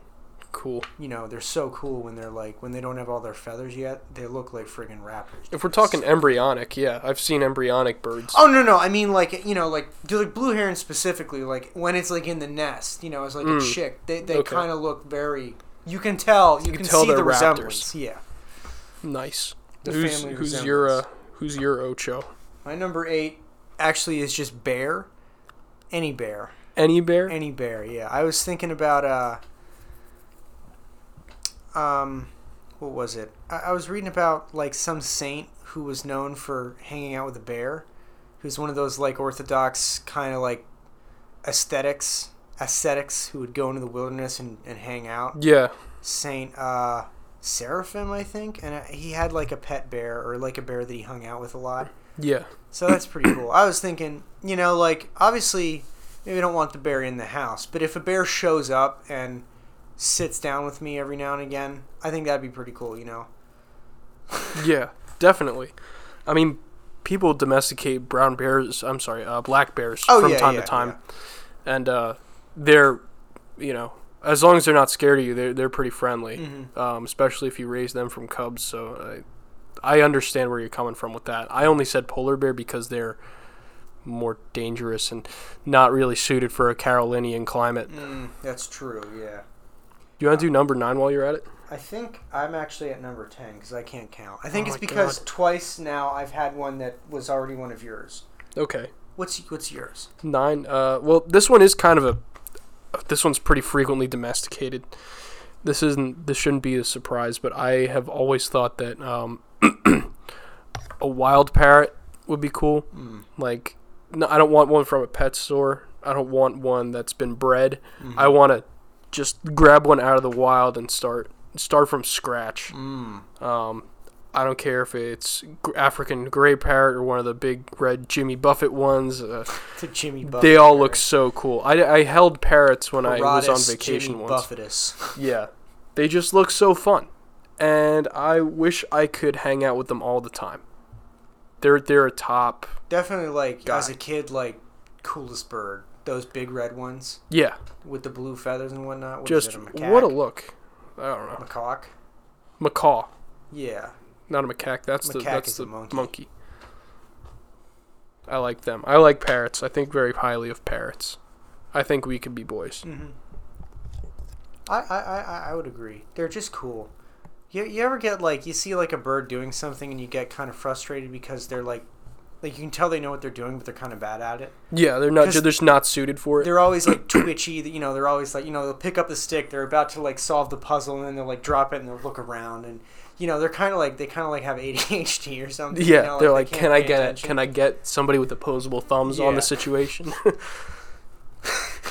Cool. you know, they're so cool when they're like when they don't have all their feathers yet. They look like friggin' raptors. If we're talking embryonic, yeah, I've seen embryonic birds. Oh no no! I mean like you know like do like blue heron specifically like when it's like in the nest you know it's like a Mm. chick they they Okay. kind of look very You can tell. You, can can, tell see they're the raptors. resemblance. Yeah. Nice. The who's family who's resemblance. your uh, who's your Ocho? My number eight actually is just bear. Any bear. Any bear? Any bear, yeah. I was thinking about uh um what was it? I, I was reading about like some saint who was known for hanging out with a bear, who's one of those like orthodox kind of like aesthetics ascetics who would go into the wilderness and, and hang out. yeah. Saint uh Seraphim, I think, and uh, he had like a pet bear or like a bear that he hung out with a lot. Yeah. So that's pretty cool. I was thinking, you know, like obviously, maybe I don't want the bear in the house, but if a bear shows up and sits down with me every now and again, I think that'd be pretty cool. You know, Yeah. Definitely. I mean, people domesticate brown bears. I'm sorry, uh, black bears Oh, from yeah, time yeah, to time, and uh, they're, you know, as long as they're not scared of you, they're they're pretty friendly. Mm. Um, especially if you raise them from cubs. So I, I understand where you're coming from with that. I only said polar bear because they're more dangerous and not really suited for a Carolinian climate. mm, that's true. Yeah, You want to do number nine while you're at it? I think I'm actually at number ten because I can't count. I think Oh it's my because twice now I've had one that was already one of yours. Okay. What's what's yours? Nine. Uh, well, this one is kind of a. This one's pretty frequently domesticated. This isn't. This shouldn't be a surprise, but I have always thought that um, a wild parrot would be cool. Like, no, I don't want one from a pet store. I don't want one that's been bred. I want to just grab one out of the wild and start start from scratch. Mm. Um, I don't care if it's gr- African gray parrot or one of the big red Jimmy Buffett ones. Uh, The Jimmy Buffett. they all bear. look so cool. I, I held parrots when I was on Herodotus vacation Jimmy once. Buffetus. Yeah. They just look so fun. And I wish I could hang out with them all the time. They're they're a top. Definitely like Guy. as a kid, like coolest bird. Those big red ones. Yeah. with the blue feathers and whatnot. What is just it, a macaque? what a look. I don't know. macaque. Macaw, Yeah, not a macaque. That's the Macaque that's is the a monkey. I like them. I like parrots. I think very highly of parrots. I think we could be boys. mm-hmm. I, I I I- I would agree. They're just cool. You you ever get like you see like a bird doing something and you get kind of frustrated because they're like. Like you can tell they know what they're doing, but they're kind of bad at it. Yeah, they're not 'Cause- they're just not suited for it. They're always like twitchy. You know, they're always like you know they'll pick up the stick. They're about to like solve the puzzle, and then they'll like drop it and they'll look around, and you know they're kind of like they kind of like have ADHD or something. you Yeah, know, they're they like, can't can I pay get attention." it? Can I get somebody with opposable thumbs on Yeah. the situation?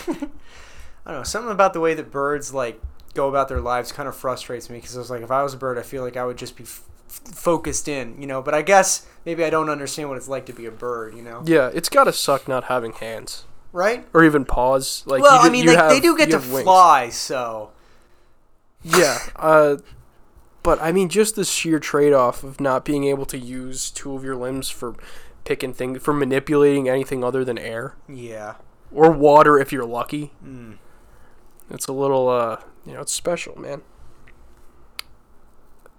I don't know. Something about the way that birds like go about their lives kind of frustrates me because I was like, if I was a bird, I feel like I would just be f- f- focused in, you know. But I guess maybe I don't understand what it's like to be a bird, you know. yeah, it's gotta suck not having hands Right? or even paws. Like, well, you I do- mean, you like they have- do get you to have wings. fly, so Yeah, uh, but I mean, just the sheer trade-off of not being able to use two of your limbs for picking things, for manipulating anything other than air yeah. or water if you're lucky. Mm. It's a little, uh, you know, it's special, man.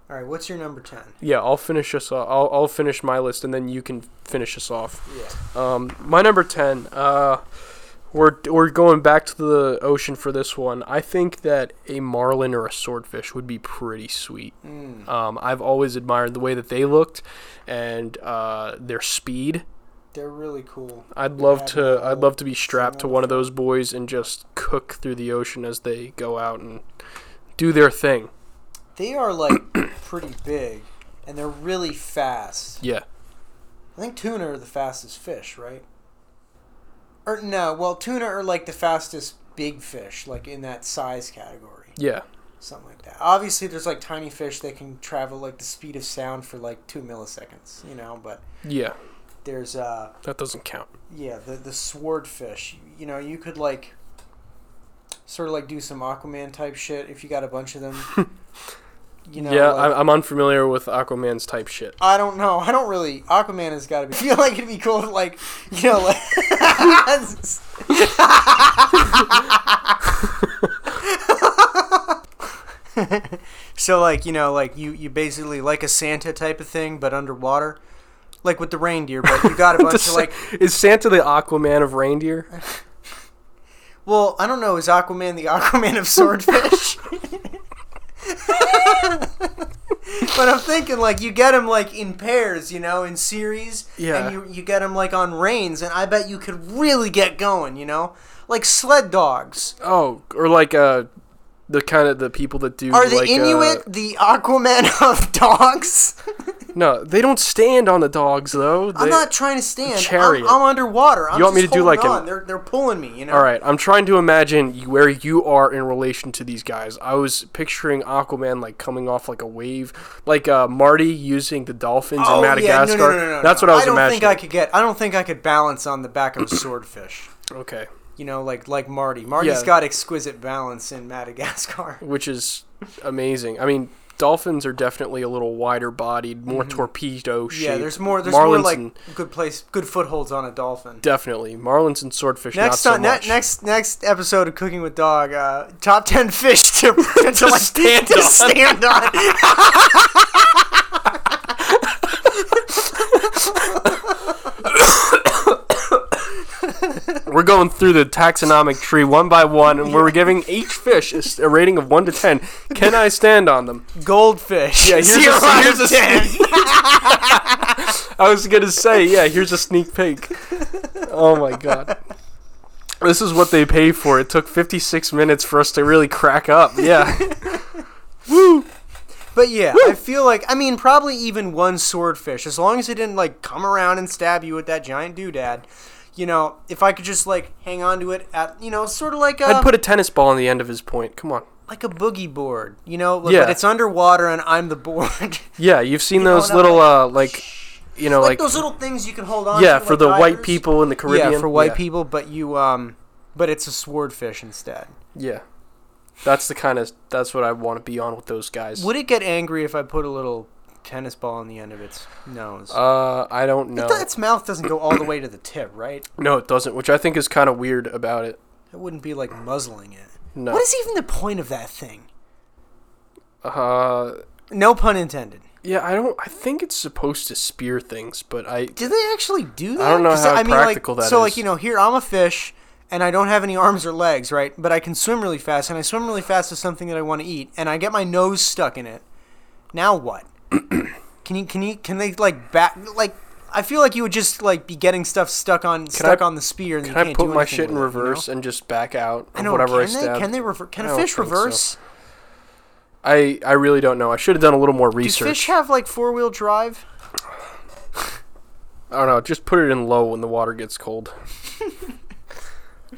All right, what's your number ten? Yeah, I'll finish us off. I'll, I'll finish my list and then you can finish us off. Yeah. Um, my number ten. Uh, we're we're going back to the ocean for this one. I think that a marlin or a swordfish would be pretty sweet. Mm. Um, I've always admired the way that they looked and uh, their speed. They're really cool. I'd love Yeah, to. no, I'd love to be strapped to someone one of those boys and just cook through the ocean as they go out and do their thing. They are like pretty big, and they're really fast. Yeah. I think tuna are the fastest fish, right? Or no, well, tuna are like the fastest big fish, like in that size category, Yeah. something like that. Obviously, there's like tiny fish that can travel like the speed of sound for like two milliseconds, you know. But Yeah. there's uh, That doesn't count. yeah, the the swordfish. You know, you could like sort of like do some Aquaman type shit if you got a bunch of them. you know, yeah, like- I I'm unfamiliar with Aquaman's type shit. I don't know. I don't really. Aquaman has got to be. I feel like it'd be cool if, like, you know, like. so, like, you know, like, you, you basically like a Santa type of thing, but underwater. Like with the reindeer, but you got a bunch of, like. is Santa the Aquaman of reindeer? Well, I don't know. Is Aquaman the Aquaman of swordfish? but I'm thinking like you get them like in pairs, you know, in series, Yeah. and you you get them like on reins, and I bet you could really get going, you know, like sled dogs. Oh, or like uh, the kind of the people that do. Are the like, uh, Inuit the Aquaman of dogs? uh, no, they don't stand on the dogs though. I'm They- not trying to stand. chariot. I'm, I'm underwater. I'm You want me just to do, holding like, an- on. they're they're pulling me, you know. All right, I'm trying to imagine you- where you are in relation to these guys. I was picturing Aquaman like coming off like a wave, like uh, Marty using the dolphins Oh in yeah, Madagascar. no, no, no, no, no, That's no. what I was don't imagining. think I could get. I don't think I could balance on the back of a swordfish. Okay, You know, like like Marty. Marty's Yeah. got exquisite balance in Madagascar. which is amazing. I mean, dolphins are definitely a little wider bodied, more torpedo shaped. Mm-hmm. Yeah, there's more. There's more Marlins like and- good place, good footholds on a dolphin. definitely marlins and swordfish. Next not so on ne- much. next next episode of Cooking with Dog, uh, top ten fish to to, like, stand to on. stand on. We're going through the taxonomic tree one by one, and we're giving each fish a s- a rating of one to ten. Can I stand on them? Goldfish. Yeah, here's a- Zero out here's of a- 10. I was gonna say, yeah, here's a sneak peek. Oh my god. This is what they pay for. It took 56 minutes for us to really crack up. Yeah. But yeah, I feel like I mean probably even one swordfish, as long as it didn't like come around and stab you with that giant doodad. You know, if I could just like hang on to it at you know, sort of like uh, a I'd put a tennis ball on the end of his point. Come on. like a boogie board. You know, like, Yeah. but it's underwater and I'm the board. Yeah, you've seen know, those and I'm little, uh, like, you know, like, like, those little things you can hold on. yeah, to, for like the white divers. people in the Caribbean. Yeah, for white people, but you um, but it's a swordfish instead. Yeah. That's the kind of, that's what I want to be on with those guys. Would it get angry if I put a little tennis ball on the end of its nose? Uh, I don't know. It do- its mouth doesn't go all the way to the tip, right? No, it doesn't, which I think is kind of weird about it. It wouldn't be like muzzling it. No. What is even the point of that thing? uh, No pun intended. yeah, I don't, I think it's supposed to spear things, but I, Do they actually do that? don't know 'Cause, how like, practical that so like is. you know, here I'm a fish, and I don't have any arms or legs, right? But I can swim really fast, and I swim really fast to something that I want to eat, and I get my nose stuck in it. Now what? can you can you can they like back like? I feel like you would just like be getting stuff stuck on stuck I- on the spear, and you Can can't I put do my anything shit in with it, you know? reverse and just back out I of know. whatever I can stab? they? Can they reverse? Can I a don't fish think so. reverse? I, I really don't know. I should have done a little more Do research. fish have like four wheel drive? I don't know. Just put it in low when the water gets cold.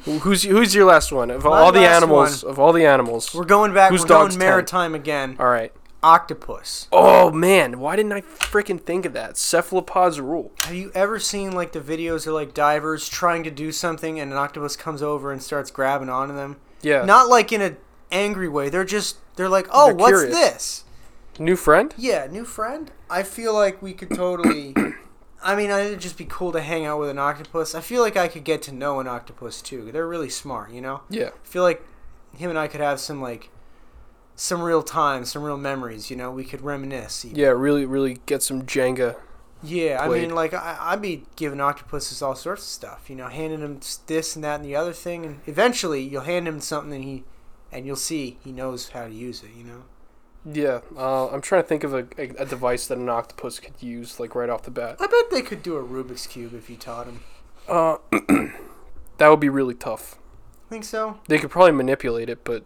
Who- who's who's your last one of My all the last animals? Of all the animals. We're going back. Whose we're going dog's ten? maritime again. all right. Octopus. Oh man, why didn't I freaking think of that? Cephalopods rule. Have you ever seen like the videos of like divers trying to do something and an octopus comes over and starts grabbing onto them? Yeah. Not like in a angry way. They're just they're like, "Oh, They're what's curious. this?" New friend? Yeah, new friend. I feel like we could totally I mean, it'd just be cool to hang out with an octopus. I feel like I could get to know an octopus too. They're really smart, you know? Yeah. I feel like him and I could have some like some real time, some real memories, you know? We could reminisce. even. Yeah. Really, really get some Jenga. Yeah, I played. mean, like I, I'd be giving octopuses all sorts of stuff, you know, handing him s- this and that and the other thing, and eventually you'll hand him something and he, and you'll see he knows how to use it, you know. Yeah. Uh, I'm trying to think of a, a, a device that an octopus could use like right off the bat. I bet they could do a Rubik's cube if you taught him. Uh, that would be really tough. Think so? They could probably manipulate it, but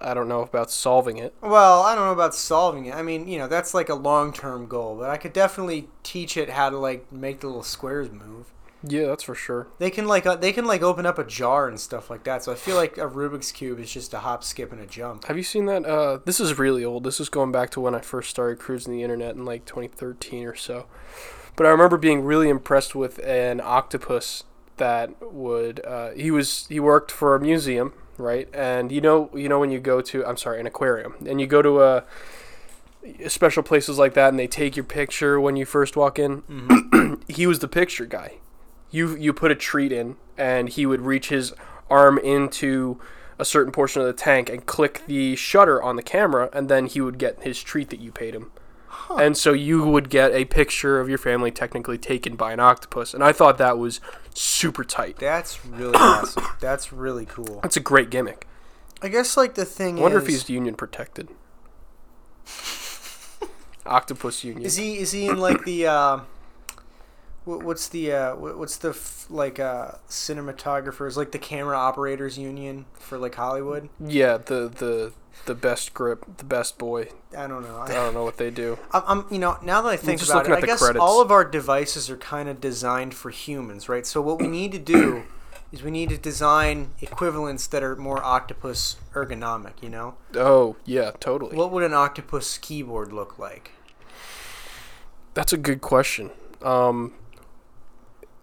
I don't know about solving it. Well, I don't know about solving it. I mean, you know, that's like a long term goal, but I could definitely teach it how to like make the little squares move. Yeah, that's for sure. They can like uh, they can like open up a jar and stuff like that. So I feel like a Rubik's cube is just a hop, skip, and a jump. Have you seen that? Uh, this is really old. This is going back to when I first started cruising the internet in like 2013 or so. But I remember being really impressed with an octopus that would. Uh, he was he worked for a museum, right? And you know you know when you go to I'm sorry an aquarium and you go to a special places like that and they take your picture when you first walk in. he was the picture guy. You you put a treat in, and he would reach his arm into a certain portion of the tank and click the shutter on the camera, and then he would get his treat that you paid him. And so you would get a picture of your family technically taken by an octopus, and I thought that was super tight. That's really awesome. That's really cool. That's a great gimmick. I guess like the thing I wonder is, if he's union protected. Octopus Union. Is he is he in like the uh, wh- what's the uh, wh- what's the f- like uh, cinematographers like the camera operators union for like Hollywood? yeah, the the the best grip, the best boy. I don't know. I I, don't know what they do. I'm- I'm you know now that I think just about looking it, at I the guess credits. all of our devices are kind of designed for humans, right? So what we need to do is we need to design equivalents that are more octopus ergonomic. You know, Oh yeah, totally. what would an octopus keyboard look like? That's a good question. Um,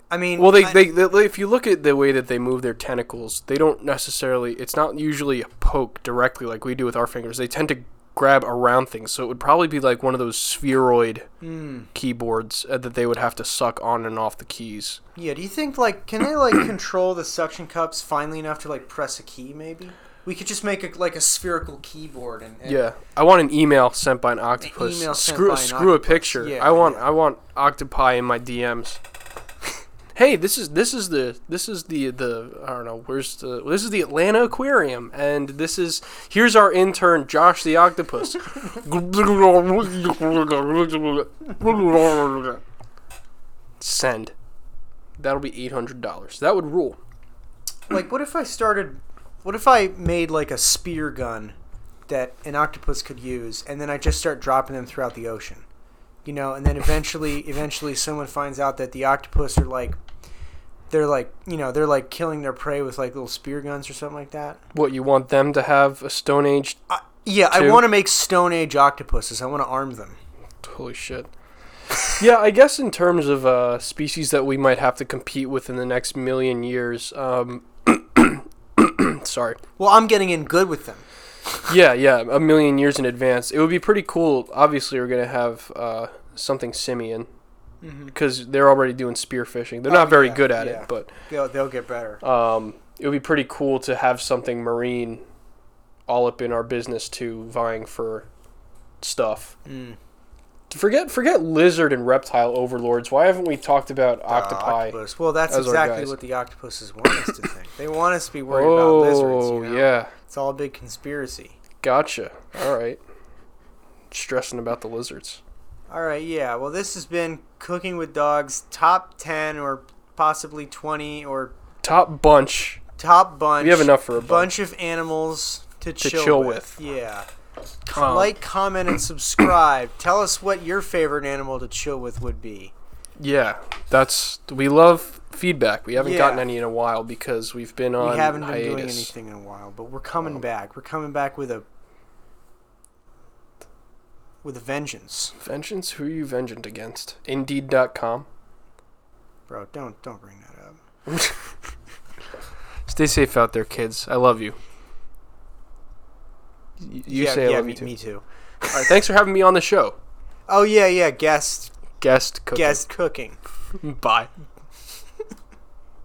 I mean, well, they, I- they, they if you look at the way that they move their tentacles, they don't necessarily. It's not usually a poke directly like we do with our fingers. They tend to grab around things, so it would probably be like one of those spheroid Hmm. keyboards uh, that they would have to suck on and off the keys. Yeah, do you think like can they like control the suction cups finely enough to like press a key? Maybe we could just make a, like a spherical keyboard and, and Yeah, I want an email sent by an octopus. email sent screw by an screw octopus. a picture. Yeah, I want yeah. I want octopi in my DMs. hey, this is this is the this is the the I don't know where's the this is the Atlanta Aquarium and this is here's our intern Josh the octopus. Send. That'll be eight hundred dollars. That would rule. like what if I started? What if I made like a spear gun that an octopus could use, and then I just start dropping them throughout the ocean, you know? And then eventually, eventually, someone finds out that the octopus are like they're like you know they're like killing their prey with like little spear guns or something like that. What you want them to have a Stone Age? I, yeah, I Two. want to make Stone Age octopuses. I want to arm them. Holy shit. yeah, I guess in terms of uh, species that we might have to compete with in the next million years. Um, sorry. Well, I'm getting in good with them. Yeah, yeah, a million years in advance. It would be pretty cool. Obviously, we're gonna have uh, something simian Mm-hmm. because they're already doing spear fishing. They're Oh, not very yeah, good at yeah. it, but They'll, they'll get better. um, it would be pretty cool to have something marine all up in our business too, vying for stuff. Mm. Forget forget lizard and reptile overlords. Why haven't we talked about Uh, octopi? octopus. Well, that's Those are exactly guys. Oh, what the octopuses want us to think. They want us to be worried about lizards. You know? yeah, It's all a big conspiracy. gotcha. All right, stressing about the lizards. All right, yeah. Well, this has been Cooking with Dogs top 10 or possibly 20 or Top bunch top bunch. We have enough for a bunch, of animals to, to chill, chill, with. with. Yeah. Um, like, comment, and subscribe. Tell us what your favorite animal to chill with would be. yeah, that's we love feedback. We haven't Yeah. gotten any in a while because we've been on we haven't been hiatus. doing anything in a while, but we're coming Um, back. We're coming back with a with a vengeance, Vengeance? Who are you vengeant against? Indeed.com. bro. Don't don't bring that up. Stay safe out there, kids. I love you. Y- You yeah, say I yeah, love me, you too. me too. All right, thanks for having me on the show, Oh yeah, yeah. Guest guest. Cooking. guest cooking. Bye.